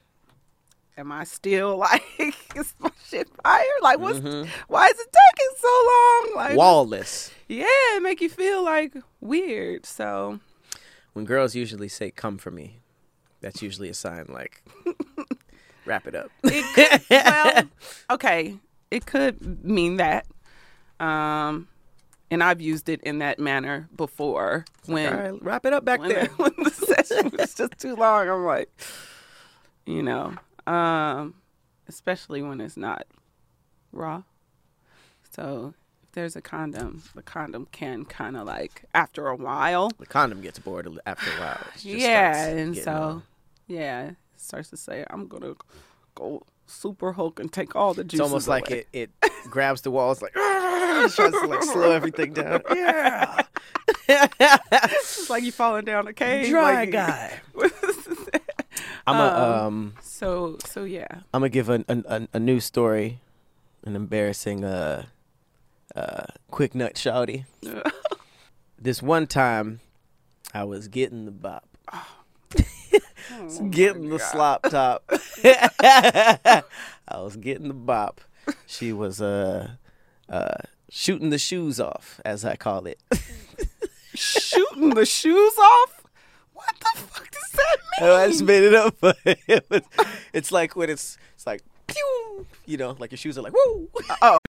B: am I still like, is my shit fire? Like, what's, why is it taking so long? Like,
C: Wallless.
B: yeah, it make you feel like weird. So,
C: When girls usually say, "Come for me," that's usually a sign like, wrap it up.
B: it could, well, okay, it could mean that. Um, and I've used it in that manner before when.
C: All right, wrap it up back
B: when,
C: there.
B: the, when the session was just too long. I'm like, you know, um, especially when it's not raw. So if there's a condom. The condom can kind of like after a while.
C: The condom gets bored al- after a while. It just
B: yeah,
C: starts
B: and
C: getting
B: so
C: on.
B: yeah, it starts to say I'm gonna go super Hulk and take all the
C: it's
B: juices.
C: almost like
B: away."
C: it, it grabs the walls like "Argh," tries to like slow everything down. Yeah,
B: It's like you falling down a cave.
C: dry
B: like-
C: guy. I'm a um.
B: So so yeah.
C: I'm gonna give an, an, an, a new story, an embarrassing uh, uh, quick nut shouty. this one time, I was getting the bop, Was getting the slop top. I was getting the bop. She was uh, uh, shooting the shoes off, as I call it.
B: shooting the shoes off. What the fuck does that mean?
C: I just made it up, but it was, it's like when it's it's like pew, you know, like your shoes are like woo.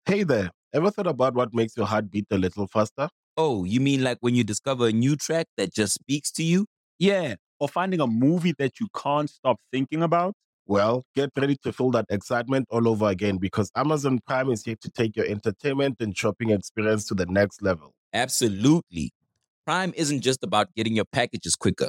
E: Hey there, ever thought about what makes your heart beat a little faster?
F: Oh, you mean like when you discover a new track that just speaks to you?
G: Yeah, or finding a movie that you can't stop thinking about.
E: Well, get ready to feel that excitement all over again because Amazon Prime is here to take your entertainment and shopping experience to the next level.
F: Absolutely. Prime isn't just about getting your packages quicker.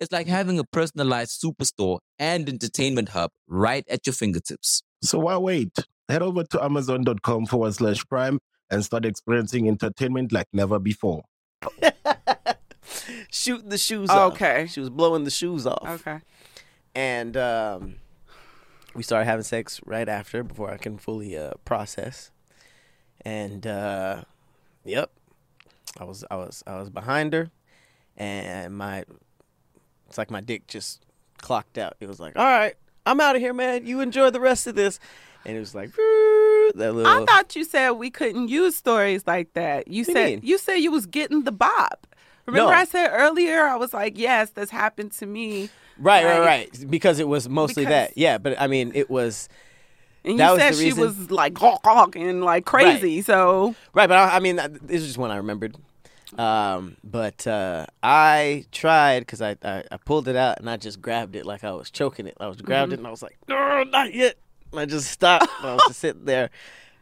F: It's like having a personalized superstore and entertainment hub right at your fingertips.
E: So why wait? Head over to amazon.com forward slash prime and start experiencing entertainment like never before.
C: shooting the shoes off.
B: Okay.
C: She was blowing the shoes off.
B: Okay.
C: And um, we started having sex right after, before I can fully uh, process. And uh, yep, I was I was I was behind her, and my it's like my dick just clocked out. It was like, all right, I'm out of here, man. You enjoy the rest of this. And it was like that little.
B: I thought you said we couldn't use stories like that. You
C: do you
B: said
C: mean?
B: you said you was getting the bop. Remember
C: No.
B: I said earlier I was like, yes, this happened to me.
C: right, right,
B: like-
C: right. Because it was mostly
B: Because-
C: that. Yeah, but I mean, it was.
B: And
C: That
B: you
C: was
B: said
C: the
B: she
C: reason-
B: was like honk honk and like crazy. So
C: Right, but I, I mean, I- this is just one I remembered. Um, but uh, I tried because I, I I pulled it out and I just grabbed it like I was choking it. I was grabbed it and I was like, no, not yet. And I just stopped. and I was just sitting there,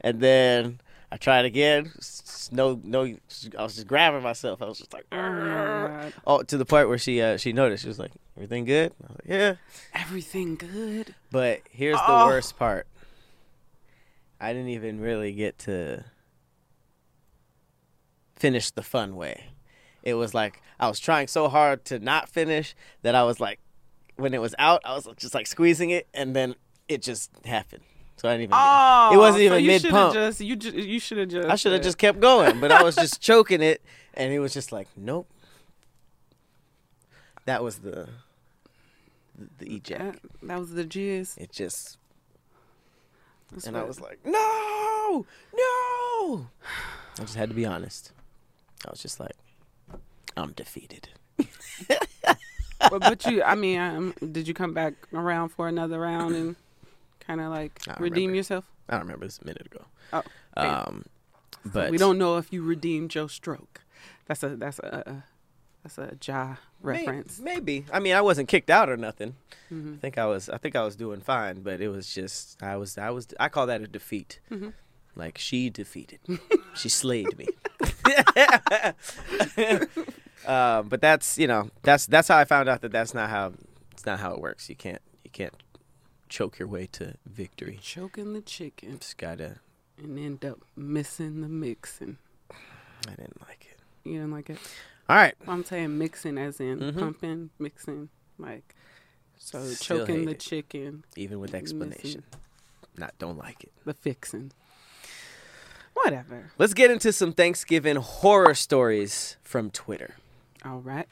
C: and then I tried again. S- s- No, no, I was just grabbing myself. I was just like, "Argh." oh, to the part where she uh, she noticed. She was like, everything good? I was like, yeah.
B: everything good.
C: But here's the
B: Oh.
C: worst part. I didn't even really get to finish the fun way. It was like I was trying so hard to not finish that I was like, when it was out, I was just like squeezing it, and then it just happened. So I didn't even.
B: Oh,
C: it wasn't even
B: so you
C: mid
B: shoulda
C: pump.
B: Just you, ju- you should have just.
C: I should have
B: uh,
C: just kept going, but I was just choking it, and it was just like, nope. That was the the, the
B: That,
C: eject.
B: that was the jizz.
C: It just
B: That's
C: and I
B: what-
C: was like, no, no. I just had to be honest. I was just like, I'm defeated.
B: but, but you, I mean, um, did you come back around for another round and kind of like
C: I don't
B: redeem
C: remember.
B: yourself?
C: I don't remember this a minute ago.
B: Oh, damn.
C: Um, but
B: we don't know if you redeemed your stroke. That's a that's a uh, that's a Ja
C: May-
B: reference.
C: maybe. I mean, I wasn't kicked out or nothing. I think I was. I think I was doing fine, but it was just I was. I was. I call that a defeat. Like she defeated. she slayed me. uh, but that's you know that's that's how I found out that that's not how it's not how it works. You can't you can't choke your way to victory.
B: Choking the chicken
C: Just gotta.
B: and end up missing the mixing.
C: I didn't like it.
B: You didn't like it.
C: All right.
B: I'm saying mixing as in pumping, mixing, like so
C: Mm-hmm. Still
B: choking
C: hate
B: the
C: it.
B: chicken,
C: Even with explanation, not don't like it.
B: the fixing, whatever.
C: Let's get into some Thanksgiving horror stories from Twitter.
B: All right.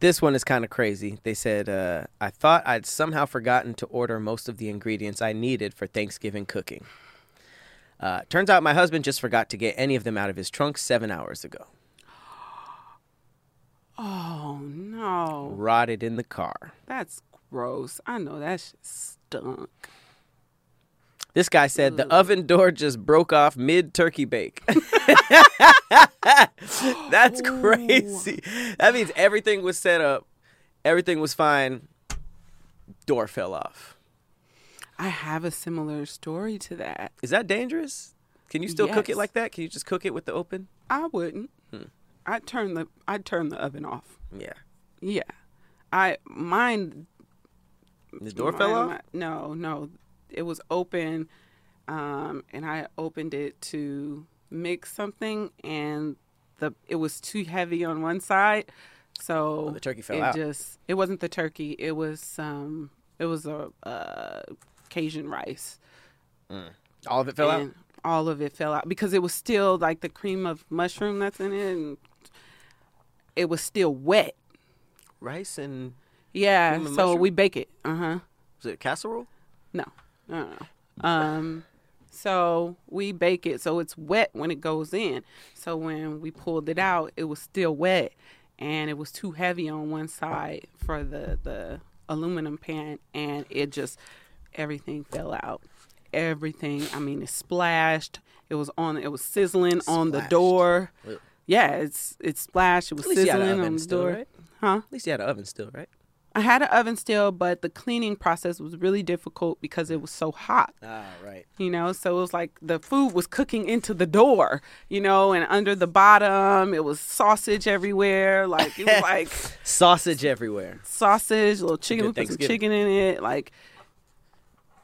C: This one is kind of crazy. They said, uh, I thought I'd somehow forgotten to order most of the ingredients I needed for Thanksgiving cooking. Uh, turns out my husband just forgot to get any of them out of his trunk seven hours ago.
B: Oh no,
C: Rotted in the car.
B: that's gross. I know that shit stunk.
C: This guy said the oven door just broke off mid turkey bake. That's crazy. That means everything was set up, everything was fine. Door fell off.
B: I have a similar story to that.
C: Is that dangerous? Can you still cook it
B: Yes.
C: like that? Can you just cook it with the open?
B: I wouldn't.
C: Hmm.
B: I'd turn the I'd turn the oven off.
C: Yeah.
B: Yeah, I mine
C: The door fell
B: Mine-
C: off.
B: my- no, no. It was open, um, and I opened it to mix something, and the it was too heavy on one side, so
C: Oh, the turkey fell
B: it
C: out.
B: Just it wasn't the turkey. It was um, it was a uh, Cajun rice,
C: All of it fell out.
B: and all of it fell out because it was still like the cream of mushroom that's in it, and it was still wet.
C: Rice and
B: Yeah,
C: Cream
B: so
C: of mushroom?
B: we bake it. Uh huh.
C: was it casserole?
B: No, no, no, no. Um, so we bake it so it's wet when it goes in. So when we pulled it out, it was still wet, and it was too heavy on one side for the the aluminum pan, and it just everything fell out. Everything. I mean, it splashed. It was on. It was sizzling on the
C: Splashed.
B: door. Yeah, it's it splashed. It was
C: At least you had an
B: sizzling on
C: oven
B: the
C: still,
B: door.
C: right?
B: Huh?
C: At least you had an oven still, right?
B: I had an oven still, but the cleaning process was really difficult because it was so hot
C: Ah, right.
B: you know so it was like the food was cooking into the door you know and under the bottom it was sausage everywhere like it was like
C: Sausage everywhere.
B: sausage little chicken we
C: Good
B: put some
C: Thanksgiving.
B: chicken in it like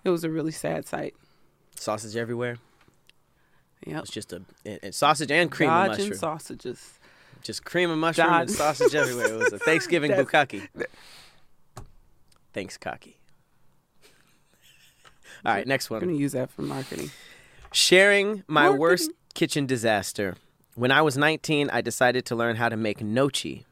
B: it was a really sad sight
C: Sausage everywhere.
B: yep
C: It's just a and, and sausage and cream of
B: dodging
C: mushroom.
B: sausages
C: just cream of mushroom and
B: Dodge.
C: sausage everywhere. It was a Thanksgiving bukkake. Thanks, cocky. All right, next
B: i'm gonna
C: one.
B: use that for marketing
C: Sharing my
B: Marketing.
C: worst kitchen disaster. When I was 19, I decided to learn how to make nochi.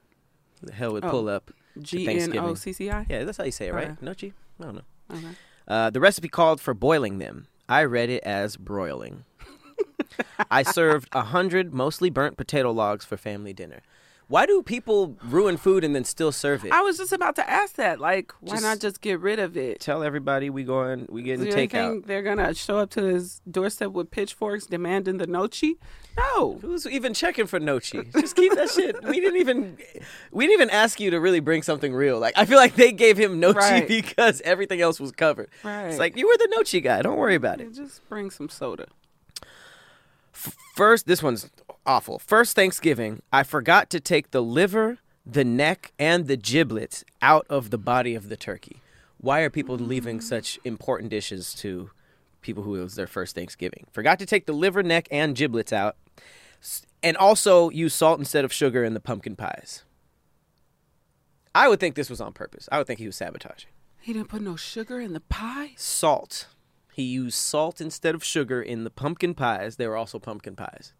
C: Who The hell would pull up to
B: E.
C: Thanksgiving?
B: g-n-o-c-c-i
C: Yeah, that's how you say it, right?
B: Okay.
C: Nochi? I don't know.
B: Okay.
C: Uh, the recipe called for boiling them. I read it as broiling. I served a hundred mostly burnt potato logs for family dinner. Why do people ruin food and then still serve it?
B: i was just about to ask that like why
C: Just-
B: not just get rid of it
C: Tell everybody we going, we
B: Do
C: getting
B: you
C: takeout.
B: think they're gonna show up to his doorstep with pitchforks demanding the nochi no
C: Who's even checking for nochi? Just keep that shit. We didn't even, we didn't even ask you to really bring something real. Like I feel like they gave him nochi
B: Right.
C: because everything else was covered.
B: Right.
C: It's like you were the nochi guy. Don't worry about it.
B: just bring some soda
C: First, this one's awful. First Thanksgiving, I forgot to take the liver, the neck, and the giblets out of the body of the turkey. Why are people leaving such important dishes to people who it was their first Thanksgiving? Forgot to take the liver, neck, and giblets out, S- and also use salt instead of sugar in the pumpkin pies. I would think this was on purpose. I would think he was sabotaging.
B: He didn't put no sugar in the pie.
C: Salt. He used salt instead of sugar in the pumpkin pies. They were also pumpkin pies.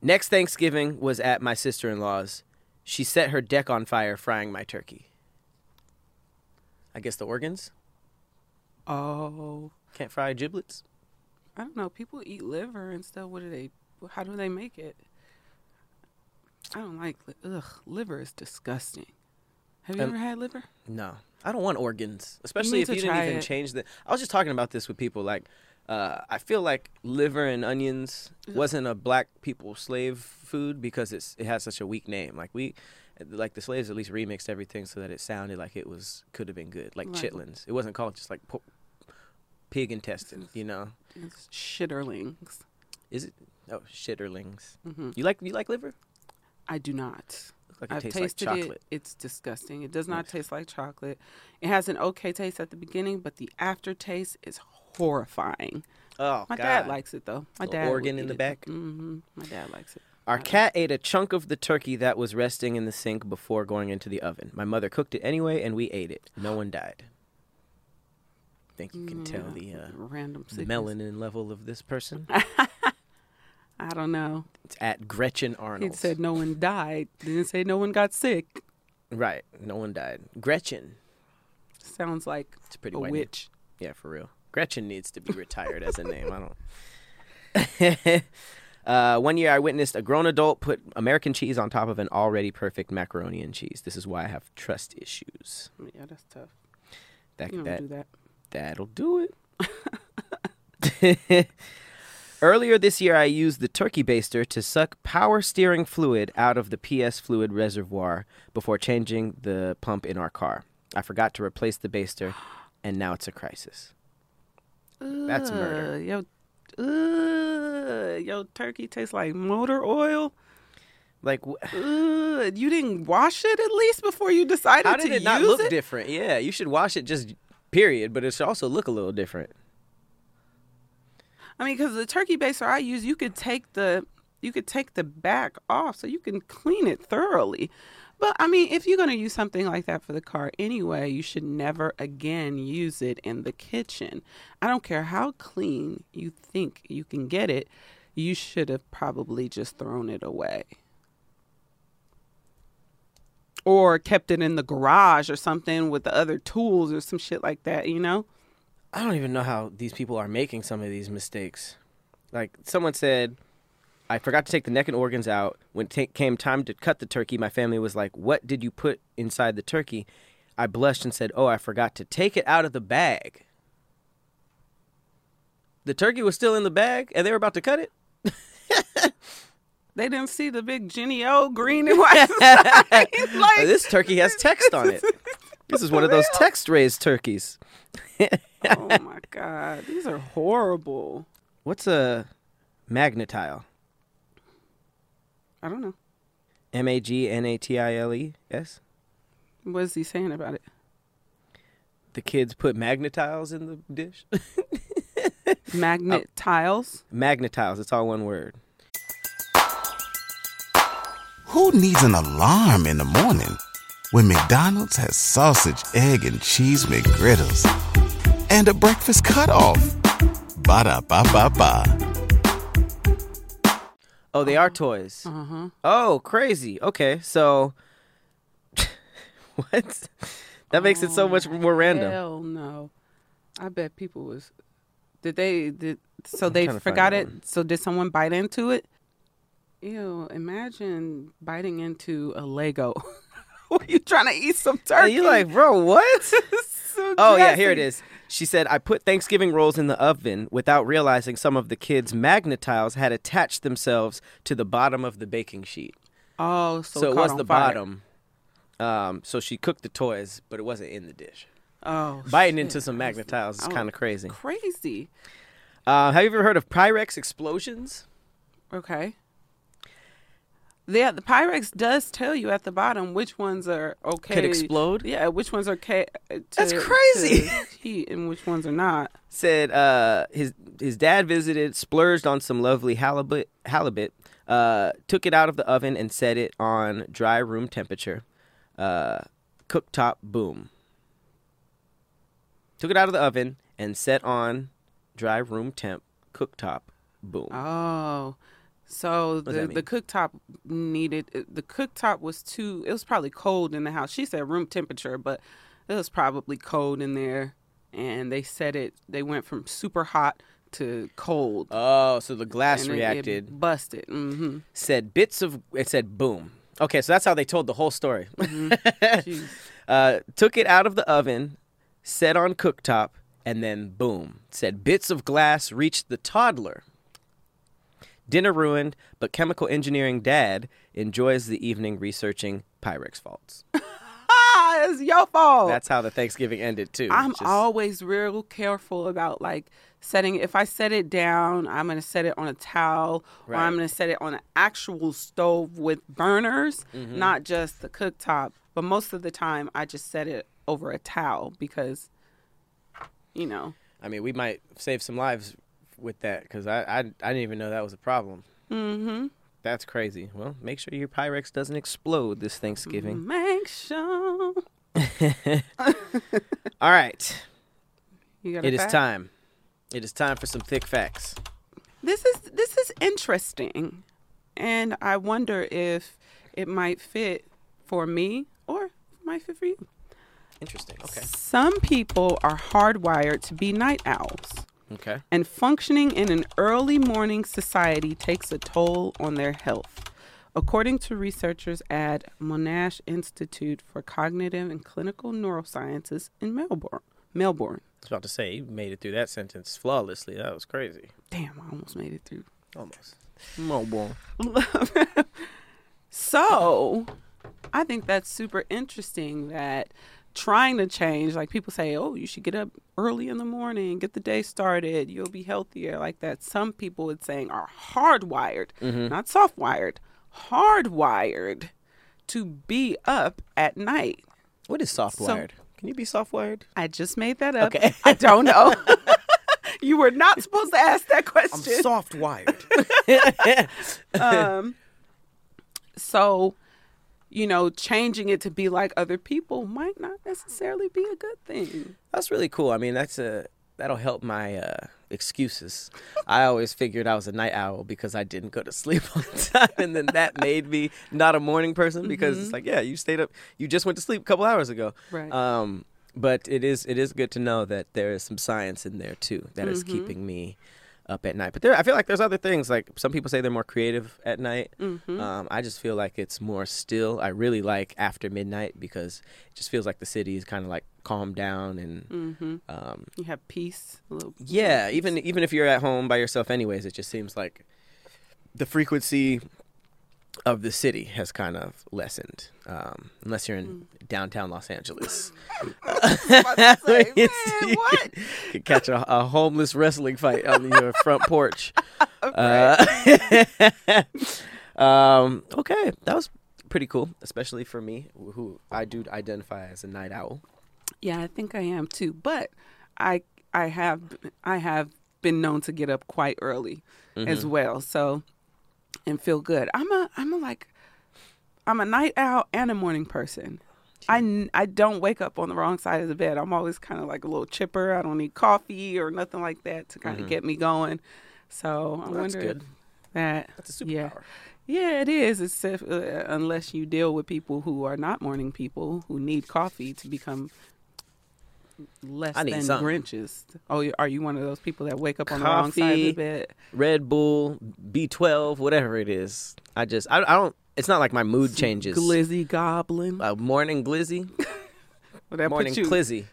C: Next Thanksgiving was at my sister in law's. She set her deck on fire frying my turkey. I guess the organs?
B: Oh,
C: Can't fry giblets?
B: I don't know. People eat liver and stuff. What do they? How do they make it? I don't like. li- Ugh, liver is disgusting. Have you
C: Um,
B: ever had liver?
C: No, I don't want organs, especially
B: need
C: if
B: to
C: you didn't
B: try
C: even
B: it.
C: change the. I was just talking about this with people. Like, uh, I feel like liver and onions wasn't a black people slave food because it's it has such a weak name. Like we, like the slaves at least remixed everything so that it sounded like it was could have been good. Like
B: Right.
C: chitlins, it wasn't called just like po- pig intestine. You know,
B: It's shitterlings.
C: is it? Oh, shitterlings. You like you like liver?
B: I do not.
C: Like
B: Mm-hmm.
C: it
B: I've
C: tastes like
B: tasted
C: chocolate.
B: it. It's disgusting. It does not taste like chocolate. It has an okay taste at the beginning, but the aftertaste is horrifying.
C: Oh,
B: My
C: God.
B: dad likes it though. My
C: Little
B: dad would
C: organ in
B: eat
C: the
B: it.
C: back?
B: hmm My dad likes it.
C: Our cat ate a chunk of the turkey that was resting in the sink before going into the oven. My mother cooked it anyway, and we ate it. No one died. I think you can tell the uh,
B: Random Mm. sickness.
C: melanin level of this person.
B: I don't know.
C: It's at Gretchen Arnold.
B: It said no one died. Didn't say no one got sick.
C: right, no one died. Gretchen.
B: Sounds like
C: It's a pretty
B: a
C: white name.
B: witch.
C: Yeah, for real. Gretchen needs to be retired as a name. I don't. Uh, one year, I witnessed a grown adult put American cheese on top of an already perfect macaroni and cheese. This is why I have trust issues.
B: Yeah, that's tough.
C: That
B: You don't
C: that
B: do that.
C: that'll do it. Earlier this year, I used the turkey baster to suck power steering fluid out of the PS fluid reservoir before changing the pump in our car. I forgot to replace the baster, and now it's a crisis. That's murder.
B: Ugh, Yo, ugh, yo, turkey tastes like motor oil.
C: Like, wh-
B: Ugh, you didn't wash it at least before you decided
C: how did
B: to
C: it not
B: use
C: look
B: it.
C: different? Yeah, you should wash it just period, but it should also look a little different.
B: I mean, because the turkey baster I use, you could take the you could take the back off, so you can clean it thoroughly. But I mean, if you're gonna use something like that for the car anyway, you should never again use it in the kitchen. I don't care how clean you think you can get it, you should have probably just thrown it away. Or kept it in the garage or something with the other tools or some shit like that, you know?
C: I don't even know how these people are making some of these mistakes. Like someone said, I forgot to take the neck and organs out. When ta came time to cut the turkey, my family was like, "What did you put inside the turkey?" I blushed and said, "Oh, I forgot to take it out of the bag." The turkey was still in the bag, and they were about to cut it.
B: They didn't see the big Jenny O green and white sign. like
C: this turkey has text on it. This is one of those
B: For real?
C: text raised turkeys.
B: Oh my god, these are horrible.
C: What's a magnetile?
B: I don't know.
C: M A G N A T I L E S.
B: What is he saying about it?
C: the kids put magnetiles in the dish. Oh.
B: Magnet tiles.
C: magnetiles, it's all one word.
A: Who needs an alarm in the morning when McDonald's has sausage, egg, and cheese McGriddles and a breakfast cutoff? Ba da ba ba ba.
C: Oh, they are toys.
B: Uh-huh.
C: Oh, crazy. Okay, so what? That makes it so much more random.
B: Oh, Hell no. I bet people was. Did they? Did so?
C: I'm
B: they
C: trying to find
B: forgot
C: that
B: it.
C: one.
B: So did someone bite into it? Ew! Imagine biting into a Lego. Were you trying to eat some
C: Are
B: turkey?
C: you like, bro? What?
B: So
C: Oh yeah, here it
B: dressy.
C: is. She said, "I put Thanksgiving rolls in the oven without realizing some of the kids' magnetiles had attached themselves to the bottom of the baking sheet.
B: Oh, so,
C: So, it
B: caught
C: was
B: on
C: the
B: fire.
C: bottom. Um, so she cooked the toys, but it wasn't in the dish.
B: Oh,
C: Biting
B: shit.
C: into some
B: I was like,
C: magnetiles is
B: oh,
C: kind of crazy.
B: Crazy.
C: Uh, have you ever heard of Pyrex explosions?
B: Okay. Yeah, the Pyrex does tell you at the bottom which ones are okay.
C: explode?
B: Yeah, which ones are okay. To,
C: That's crazy.
B: to heat and which ones are not.
C: Said uh, his his dad visited, splurged on some lovely halibut, halibut uh, took it out of the oven and set it on dry room temperature. Uh, cooktop boom. Took it out of the oven and set on dry room temp cooktop boom.
B: Oh, so
C: does
B: the
C: that
B: the cooktop needed uh, the cooktop was too. It was probably cold in the house. She said room temperature, but it was probably cold in there, and they set it. They went from super hot to cold.
C: Oh, so the glass
B: and it- it
C: reacted.
B: busted. Mm-hmm.
C: said bits of it said boom. Okay, so that's how they told the whole story.
B: Mm-hmm. Jeez.
C: uh, took it out of the oven, set on cooktop, and then boom. Said bits of glass reached the toddler. Dinner ruined, but chemical engineering dad enjoys the evening researching Pyrex faults.
B: ah, it's your fault.
C: That's how the Thanksgiving ended too.
B: I'm
C: Just-
B: always real careful about like setting. If I set it down, I'm gonna set it on a towel, or
C: Right.
B: I'm gonna set it on an actual stove with burners,
C: Mm-hmm.
B: not just the cooktop. But most of the time, I just set it over a towel because, you know,
C: I mean, we might save some lives with that because I, I I didn't even know that was a problem. Mm-hmm. That's crazy. Well, make sure your Pyrex doesn't explode this Thanksgiving.
B: make sure
C: All right.
B: you got
C: It
B: a
C: is
B: fact?
C: time. It is time for some thick facts.
B: This is this is interesting, and I wonder if it might fit for me or might fit for you.
C: Interesting. Okay.
B: Some people are hardwired to be night owls.
C: Okay.
B: and functioning in an early morning society takes a toll on their health. According to researchers at Monash Institute for Cognitive and Clinical Neurosciences in Melbourne. Melbourne.
C: I was about to say you made it through that sentence flawlessly. That was crazy.
B: Damn, I almost made it through.
C: Almost. Melbourne.
B: So I think that's super interesting that trying to change, like people say, oh, you should get up early in the morning, get the day started, you'll be healthier, like that. Some people it's saying are hardwired, not soft wired, hardwired to be up at night.
C: What is soft wired? Can you be soft wired?
B: I just made that up.
C: Okay.
B: I don't know. you were not supposed to ask that question.
C: soft wired.
B: So, you know, changing it to be like other people might not necessarily be a good thing.
C: That's really cool. I mean, that's a that'll help my uh, excuses. I always figured I was a night owl because I didn't go to sleep on time, and then that made me not a morning person because it's like, yeah, you stayed up, you just went to sleep a couple hours ago.
B: Right.
C: Um, but it is it is good to know that there is some science in there too that is keeping me up at night. But there, I feel like there's other things. Like some people say they're more creative at night. Um, I just feel like it's more still. I really like after midnight because it just feels like the city is kind of like calmed down and um,
B: You have peace, a little
C: yeah, even even if you're at home by yourself, anyways, it just seems like the frequency of the city has kind of lessened, um, unless you're in
B: Hmm.
C: downtown Los Angeles.
B: say,
C: It's-
B: "Man, what?"
C: You could catch a, a homeless wrestling fight on your front porch. Uh, um, okay, that was pretty cool, especially for me, who I do identify as a night owl.
B: Yeah, I think I am too. But I I have I have been known to get up quite early
C: Mm-hmm.
B: as well. So and feel good. I'm a I'm a like I'm a night owl and a morning person. I, n- I don't wake up on the wrong side of the bed. I'm always kind of like a little chipper. I don't need coffee or nothing like that to kind of get me going. So I
C: Mm-hmm. that's
B: wonder if
C: good.
B: that
C: That's a
B: yeah.
C: superpower.
B: Yeah, it is. It's if, uh, unless you deal with people who are not morning people who need coffee to become less
C: I need
B: than
C: something.
B: Grinches. Oh, you- are you one of those people that wake up on the wrong side of
C: Coffee.
B: the bed?
C: Red Bull, B12, whatever it is. I just, I, I don't, it's not like my mood changes.
B: Glizzy goblin.
C: A morning glizzy,
B: Will that
C: morning
B: put you?
C: clizzy.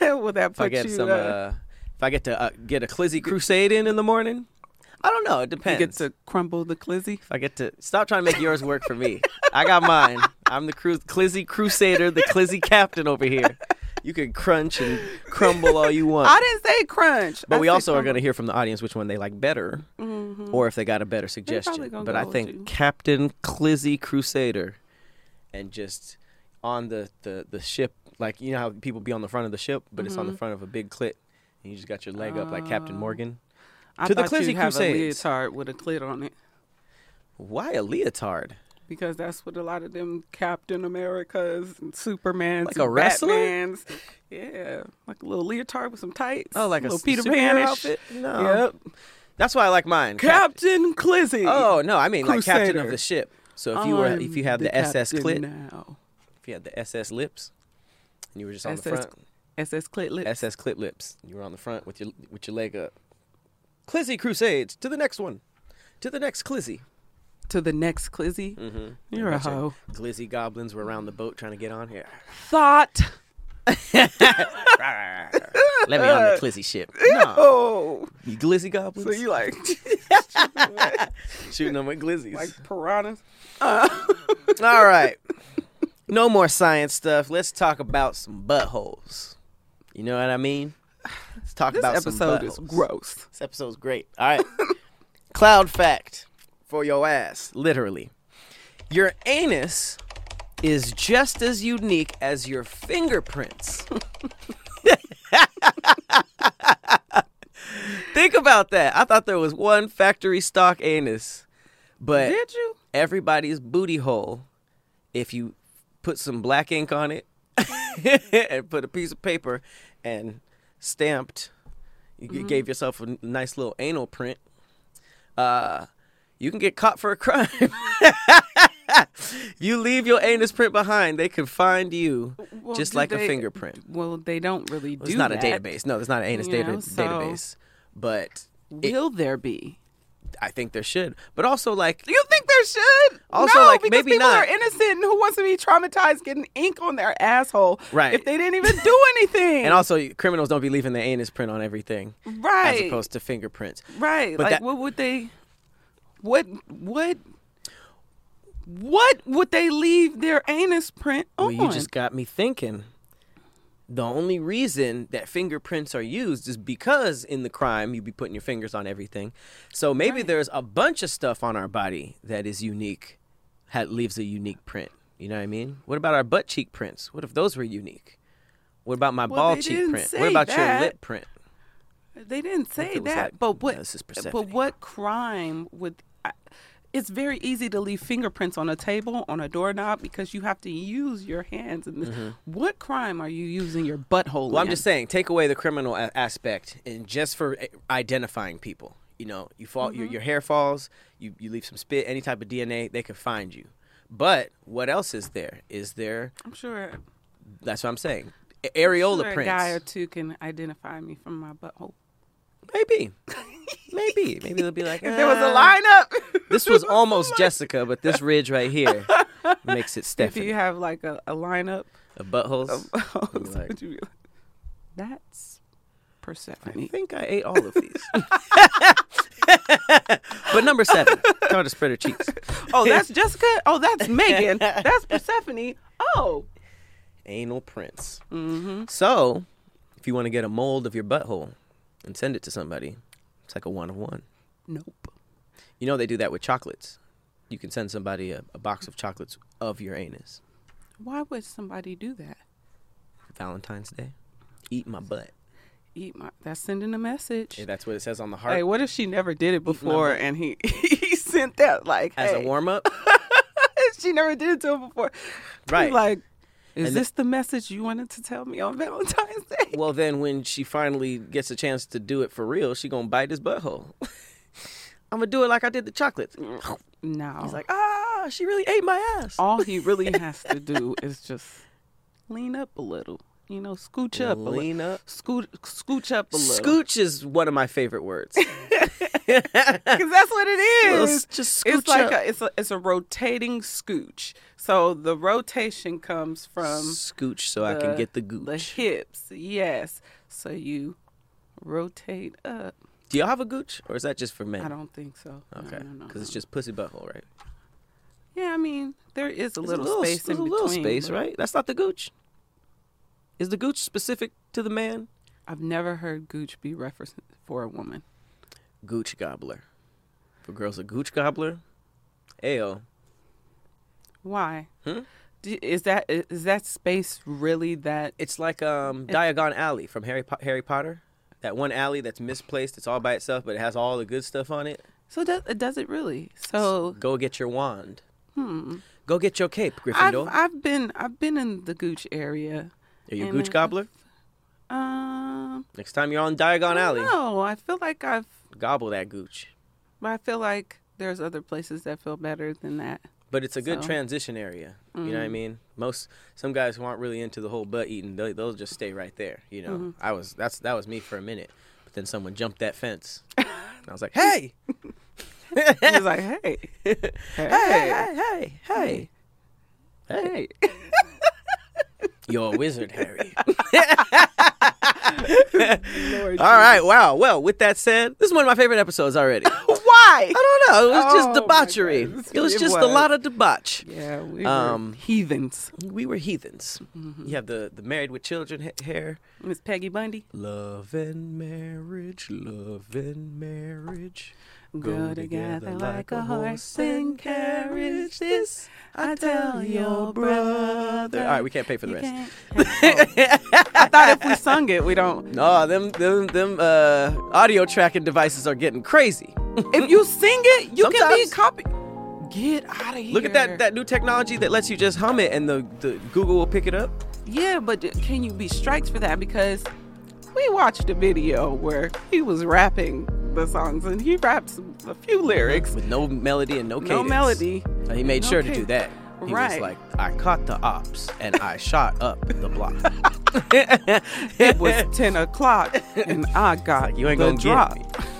B: will that
C: If I
B: put
C: get
B: you?
C: some,
B: uh,
C: uh, if I get to uh, get a clizzy crusade in in the morning, I don't know. It
B: you
C: depends.
B: get to crumble the clizzy.
C: if I get to stop trying to make yours work for me. I got mine. I'm the cru- clizzy crusader, the clizzy captain over here. You can crunch and crumble all you want.
B: I didn't say crunch.
C: But
B: I
C: we
B: said
C: also are
B: crumble.
C: going to hear from the audience which one they like better, or if they got a better suggestion.
B: Mm-hmm. gonna
C: But
B: go
C: I
B: with you.
C: think Captain Clizzy Crusader, and just on the, the the ship, like you know how people be on the front of the ship, but it's
B: Mm-hmm.
C: on the front of a big clit, and you just got your leg up like Captain
B: Oh.
C: Morgan.
B: I
C: to the
B: thought you'd
C: Clizzy
B: have a
C: Crusades.
B: leotard with a clit on it
C: Why a leotard?
B: because that's what a lot of them Captain Americas and Supermans,
C: Like
B: and
C: a wrestler?
B: Batmans. Yeah, like a little leotard with some tights.
C: Oh, like a
B: little
C: s-
B: Peter
C: superhero
B: Pan
C: outfit? No.
B: Yep.
C: That's why I like mine. Cap-
B: Captain Clizzy.
C: oh no, I mean like Captain of
B: Crusader.
C: the ship. So if you were if you had the, SS
B: clip
C: clit,
B: now.
C: if you had the SS lips, and you were just on the
B: SS
C: front.
B: SS clit lip.
C: SS clip lips. You were on the front with your with your leg up. Clizzy Crusades to the next one, to the next Clizzy.
B: to the next Clizzy.
C: Mm-hmm.
B: You're a hoe.
C: Glizzy goblins were around the boat trying to get on here.
B: Thought.
C: Let me on the Clizzy ship. No,
B: Oh,
C: you Glizzy goblins
B: so you like
C: shooting them with glizzies.
B: like piranhas?
C: All right, no more science stuff. Let's talk about some buttholes. You know what I mean? Let's talk
B: This
C: about
B: episode
C: some
B: is
C: buttholes.
B: gross.
C: This episode's great. All right. Cloud fact for your ass, literally. Your anus is just as unique as your fingerprints. Think about that. I thought there was one factory stock anus, but
B: Did you?
C: everybody's booty hole, if you put some black ink on it and put a piece of paper and stamped you
B: Mm-hmm.
C: g- gave yourself a n- nice little anal print. Uh, you can get caught for a crime. you leave your anus print behind, they can find you
B: Well,
C: just
B: do
C: like a
B: they-
C: fingerprint.
B: Well, they don't really do.
C: It's not
B: that.
C: a database. No, it's not an anus
B: You
C: data-
B: know, so-
C: database. but
B: Will there be?
C: I think there should. But also, like,
B: You think there should?
C: Also,
B: no,
C: like,
B: because
C: maybe
B: people
C: not.
B: are innocent. And who wants to be traumatized getting ink on their asshole?
C: Right.
B: If they didn't even do anything.
C: and also criminals don't be leaving their anus print on everything,
B: right,
C: as opposed to fingerprints.
B: right.
C: but
B: Like,
C: that-
B: what would they? What what? What would they leave their anus print
C: Well,
B: on?
C: you just got me thinking. The only reason that fingerprints are used is because in the crime you be putting your fingers on everything. So maybe there's a bunch of stuff on our body that is unique, had leaves a unique print. You know what I mean? What about our butt cheek prints? What if those were unique? What about my
B: Well,
C: ball
B: they
C: cheek
B: didn't
C: print?
B: say
C: What about
B: that.
C: your lip print?
B: They didn't say
C: it was
B: that,
C: like,
B: but what?
C: "No, this is
B: but
C: Persephone."
B: what crime would? I, it's very easy to leave fingerprints on a table, on a doorknob, because you have to use your hands. And this. what crime are you using your butthole?
C: Mm-hmm. Well, I'm
B: in?
C: just saying, take away the criminal a- aspect, and just for i- identifying people, you know, you fall,
B: Mm-hmm.
C: your, your hair falls, you, you leave some spit, any type of DNA, they could find you. But what else is there? Is there?
B: I'm sure.
C: That's what I'm saying. A- Areola
B: sure a
C: prints,
B: guy or two can identify me from my butthole.
C: maybe, maybe, maybe they'll be like,
B: If there was a
C: "Ah,
B: lineup.
C: This was almost Jessica, but this ridge right here makes it
B: if
C: Stephanie.
B: you have like a, a lineup,
C: of buttholes. You'd be like,
B: would you be like, that's
C: I
B: Persephone.
C: think I ate all of these. but number seven, tell her to spread her cheeks.
B: Oh, that's Jessica. Oh, that's Megan. That's Persephone. Oh,
C: anal prints.
B: Mm-hmm.
C: So, if you want to get a mold of your butthole and send it to somebody, it's like a one of one.
B: nope.
C: You know they do that with chocolates. You can send somebody a, a box of chocolates of your anus.
B: Why would somebody do that?
C: Valentine's Day, eat my butt.
B: Eat my. That's sending a message.
C: Yeah, that's what it says on the heart.
B: Hey, what if she never did it before and he he sent that like
C: As
B: hey.
C: a warm up,
B: she never did it to him before. He's
C: right?
B: like, is
C: And the-
B: this the message you wanted to tell me on Valentine's Day?
C: well, then when she finally gets a chance to do it for real, she gonna bite his butthole. I'm gonna do it like I did the chocolates.
B: No.
C: He's like, ah, she really ate my ass.
B: all he really has to do is just lean up a little. You know, scooch up a little.
C: Lean up.
B: Scoot, scooch up a little.
C: Scooch is one of my favorite words.
B: Because that's what it
C: Little
B: is.
C: s- just
B: it's
C: scooch
B: like
C: up.
B: A, it's a it's a rotating scooch. So the rotation comes from
C: scooch so I can get the
B: um, the
C: gooch.
B: hips. Yes. So you rotate up.
C: Do y'all have a gooch, or is that just for men?
B: I don't think so. No,
C: Okay,
B: no, no,
C: it's
B: no.
C: just pussy butthole, right?
B: yeah. I mean, there is a
C: There's
B: little, space
C: there's
B: in
C: a little
B: between.
C: space,
B: but
C: right? That's not the gooch. Is the gooch specific to the man?
B: I've never heard gooch be referenced for a woman.
C: Gooch gobbler. For girls, a gooch gobbler. Ayo.
B: Why?
C: Hmm?
B: D- Is that i- is that space really that?
C: It's like um, Diagon Alley from Harry po- Harry Potter. That one alley that's misplaced. It's all by itself, but it has all the good stuff on it.
B: So does it does it really? So
C: Go get your wand. Go get your cape,
B: Hmm. I've
C: Gryffindor.
B: I've been I've been in the Gooch area.
C: Are you a
B: and
C: gooch
B: I-
C: gobbler?
B: Um,
C: Next time you're on Diagon Alley,
B: no, I feel like I've.
C: gobble that gooch.
B: But I feel like there's other places that feel better than that.
C: But it's a good
B: So- Mm-hmm.
C: transition area. You know what I mean? Most some guys who aren't really into the whole butt eating, they, they'll just stay right there. You know,
B: Mm-hmm.
C: I was that's that was me for a minute, but then someone jumped that fence, and I was like, hey,
B: He was like, hey, hey, hey,
C: hey, hey,
B: hey.
C: you're a wizard, Harry. All right, wow. Well, with that said, this is one of my favorite episodes already. I
B: Why?
C: don't know. It was
B: Oh,
C: just
B: my
C: debauchery.
B: goodness.
C: It was
B: It
C: just a
B: was.
C: lot of debauch.
B: Yeah, we were
C: Um,
B: heathens.
C: We were heathens.
B: Mm-hmm.
C: You have the the married with children ha- hair.
B: Miss Peggy Bundy.
C: Love and marriage, love and marriage.
B: Go together like a horse and carriage. This I tell your brother.
C: All right, we can't pay for the rest.
B: I thought if we sung it, we don't.
C: Oh, them them them uh, audio tracking devices are getting crazy.
B: If you sing it, you can be
C: Sometimes-
B: copy. Get out of here.
C: Look at that that new technology that lets you just hum it and the, the Google will pick it up.
B: Yeah, but can you be strikes for that? Because we watched a video where he was rapping the songs and he raps a few lyrics,
C: with no melody and no cadence.
B: no melody.
C: Uh, He made
B: No
C: sure to
B: cadence.
C: do that. He
B: Right.
C: was like, I caught the ops and I shot up the block.
B: It was 10 o'clock and I got
C: you ain't
B: the
C: gonna
B: drop.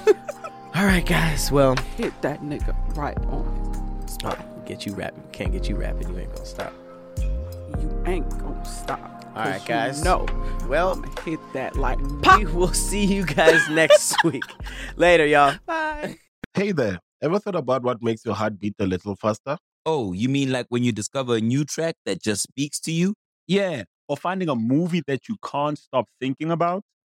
C: get All right, guys. Well,
B: Hit that nigga right on his spot.
C: get you rapping. Can't get you rapping. You ain't gonna stop.
B: You ain't gonna stop.
C: All right, guys.
B: No.
C: Well,
B: I'ma hit that like
C: we will see you guys next week. Later, y'all. Bye.
E: Hey there, ever thought about what makes your heart beat a little faster?
F: Oh, you mean like when you discover a new track that just speaks to you?
G: Yeah. Or finding a movie that you can't stop thinking about.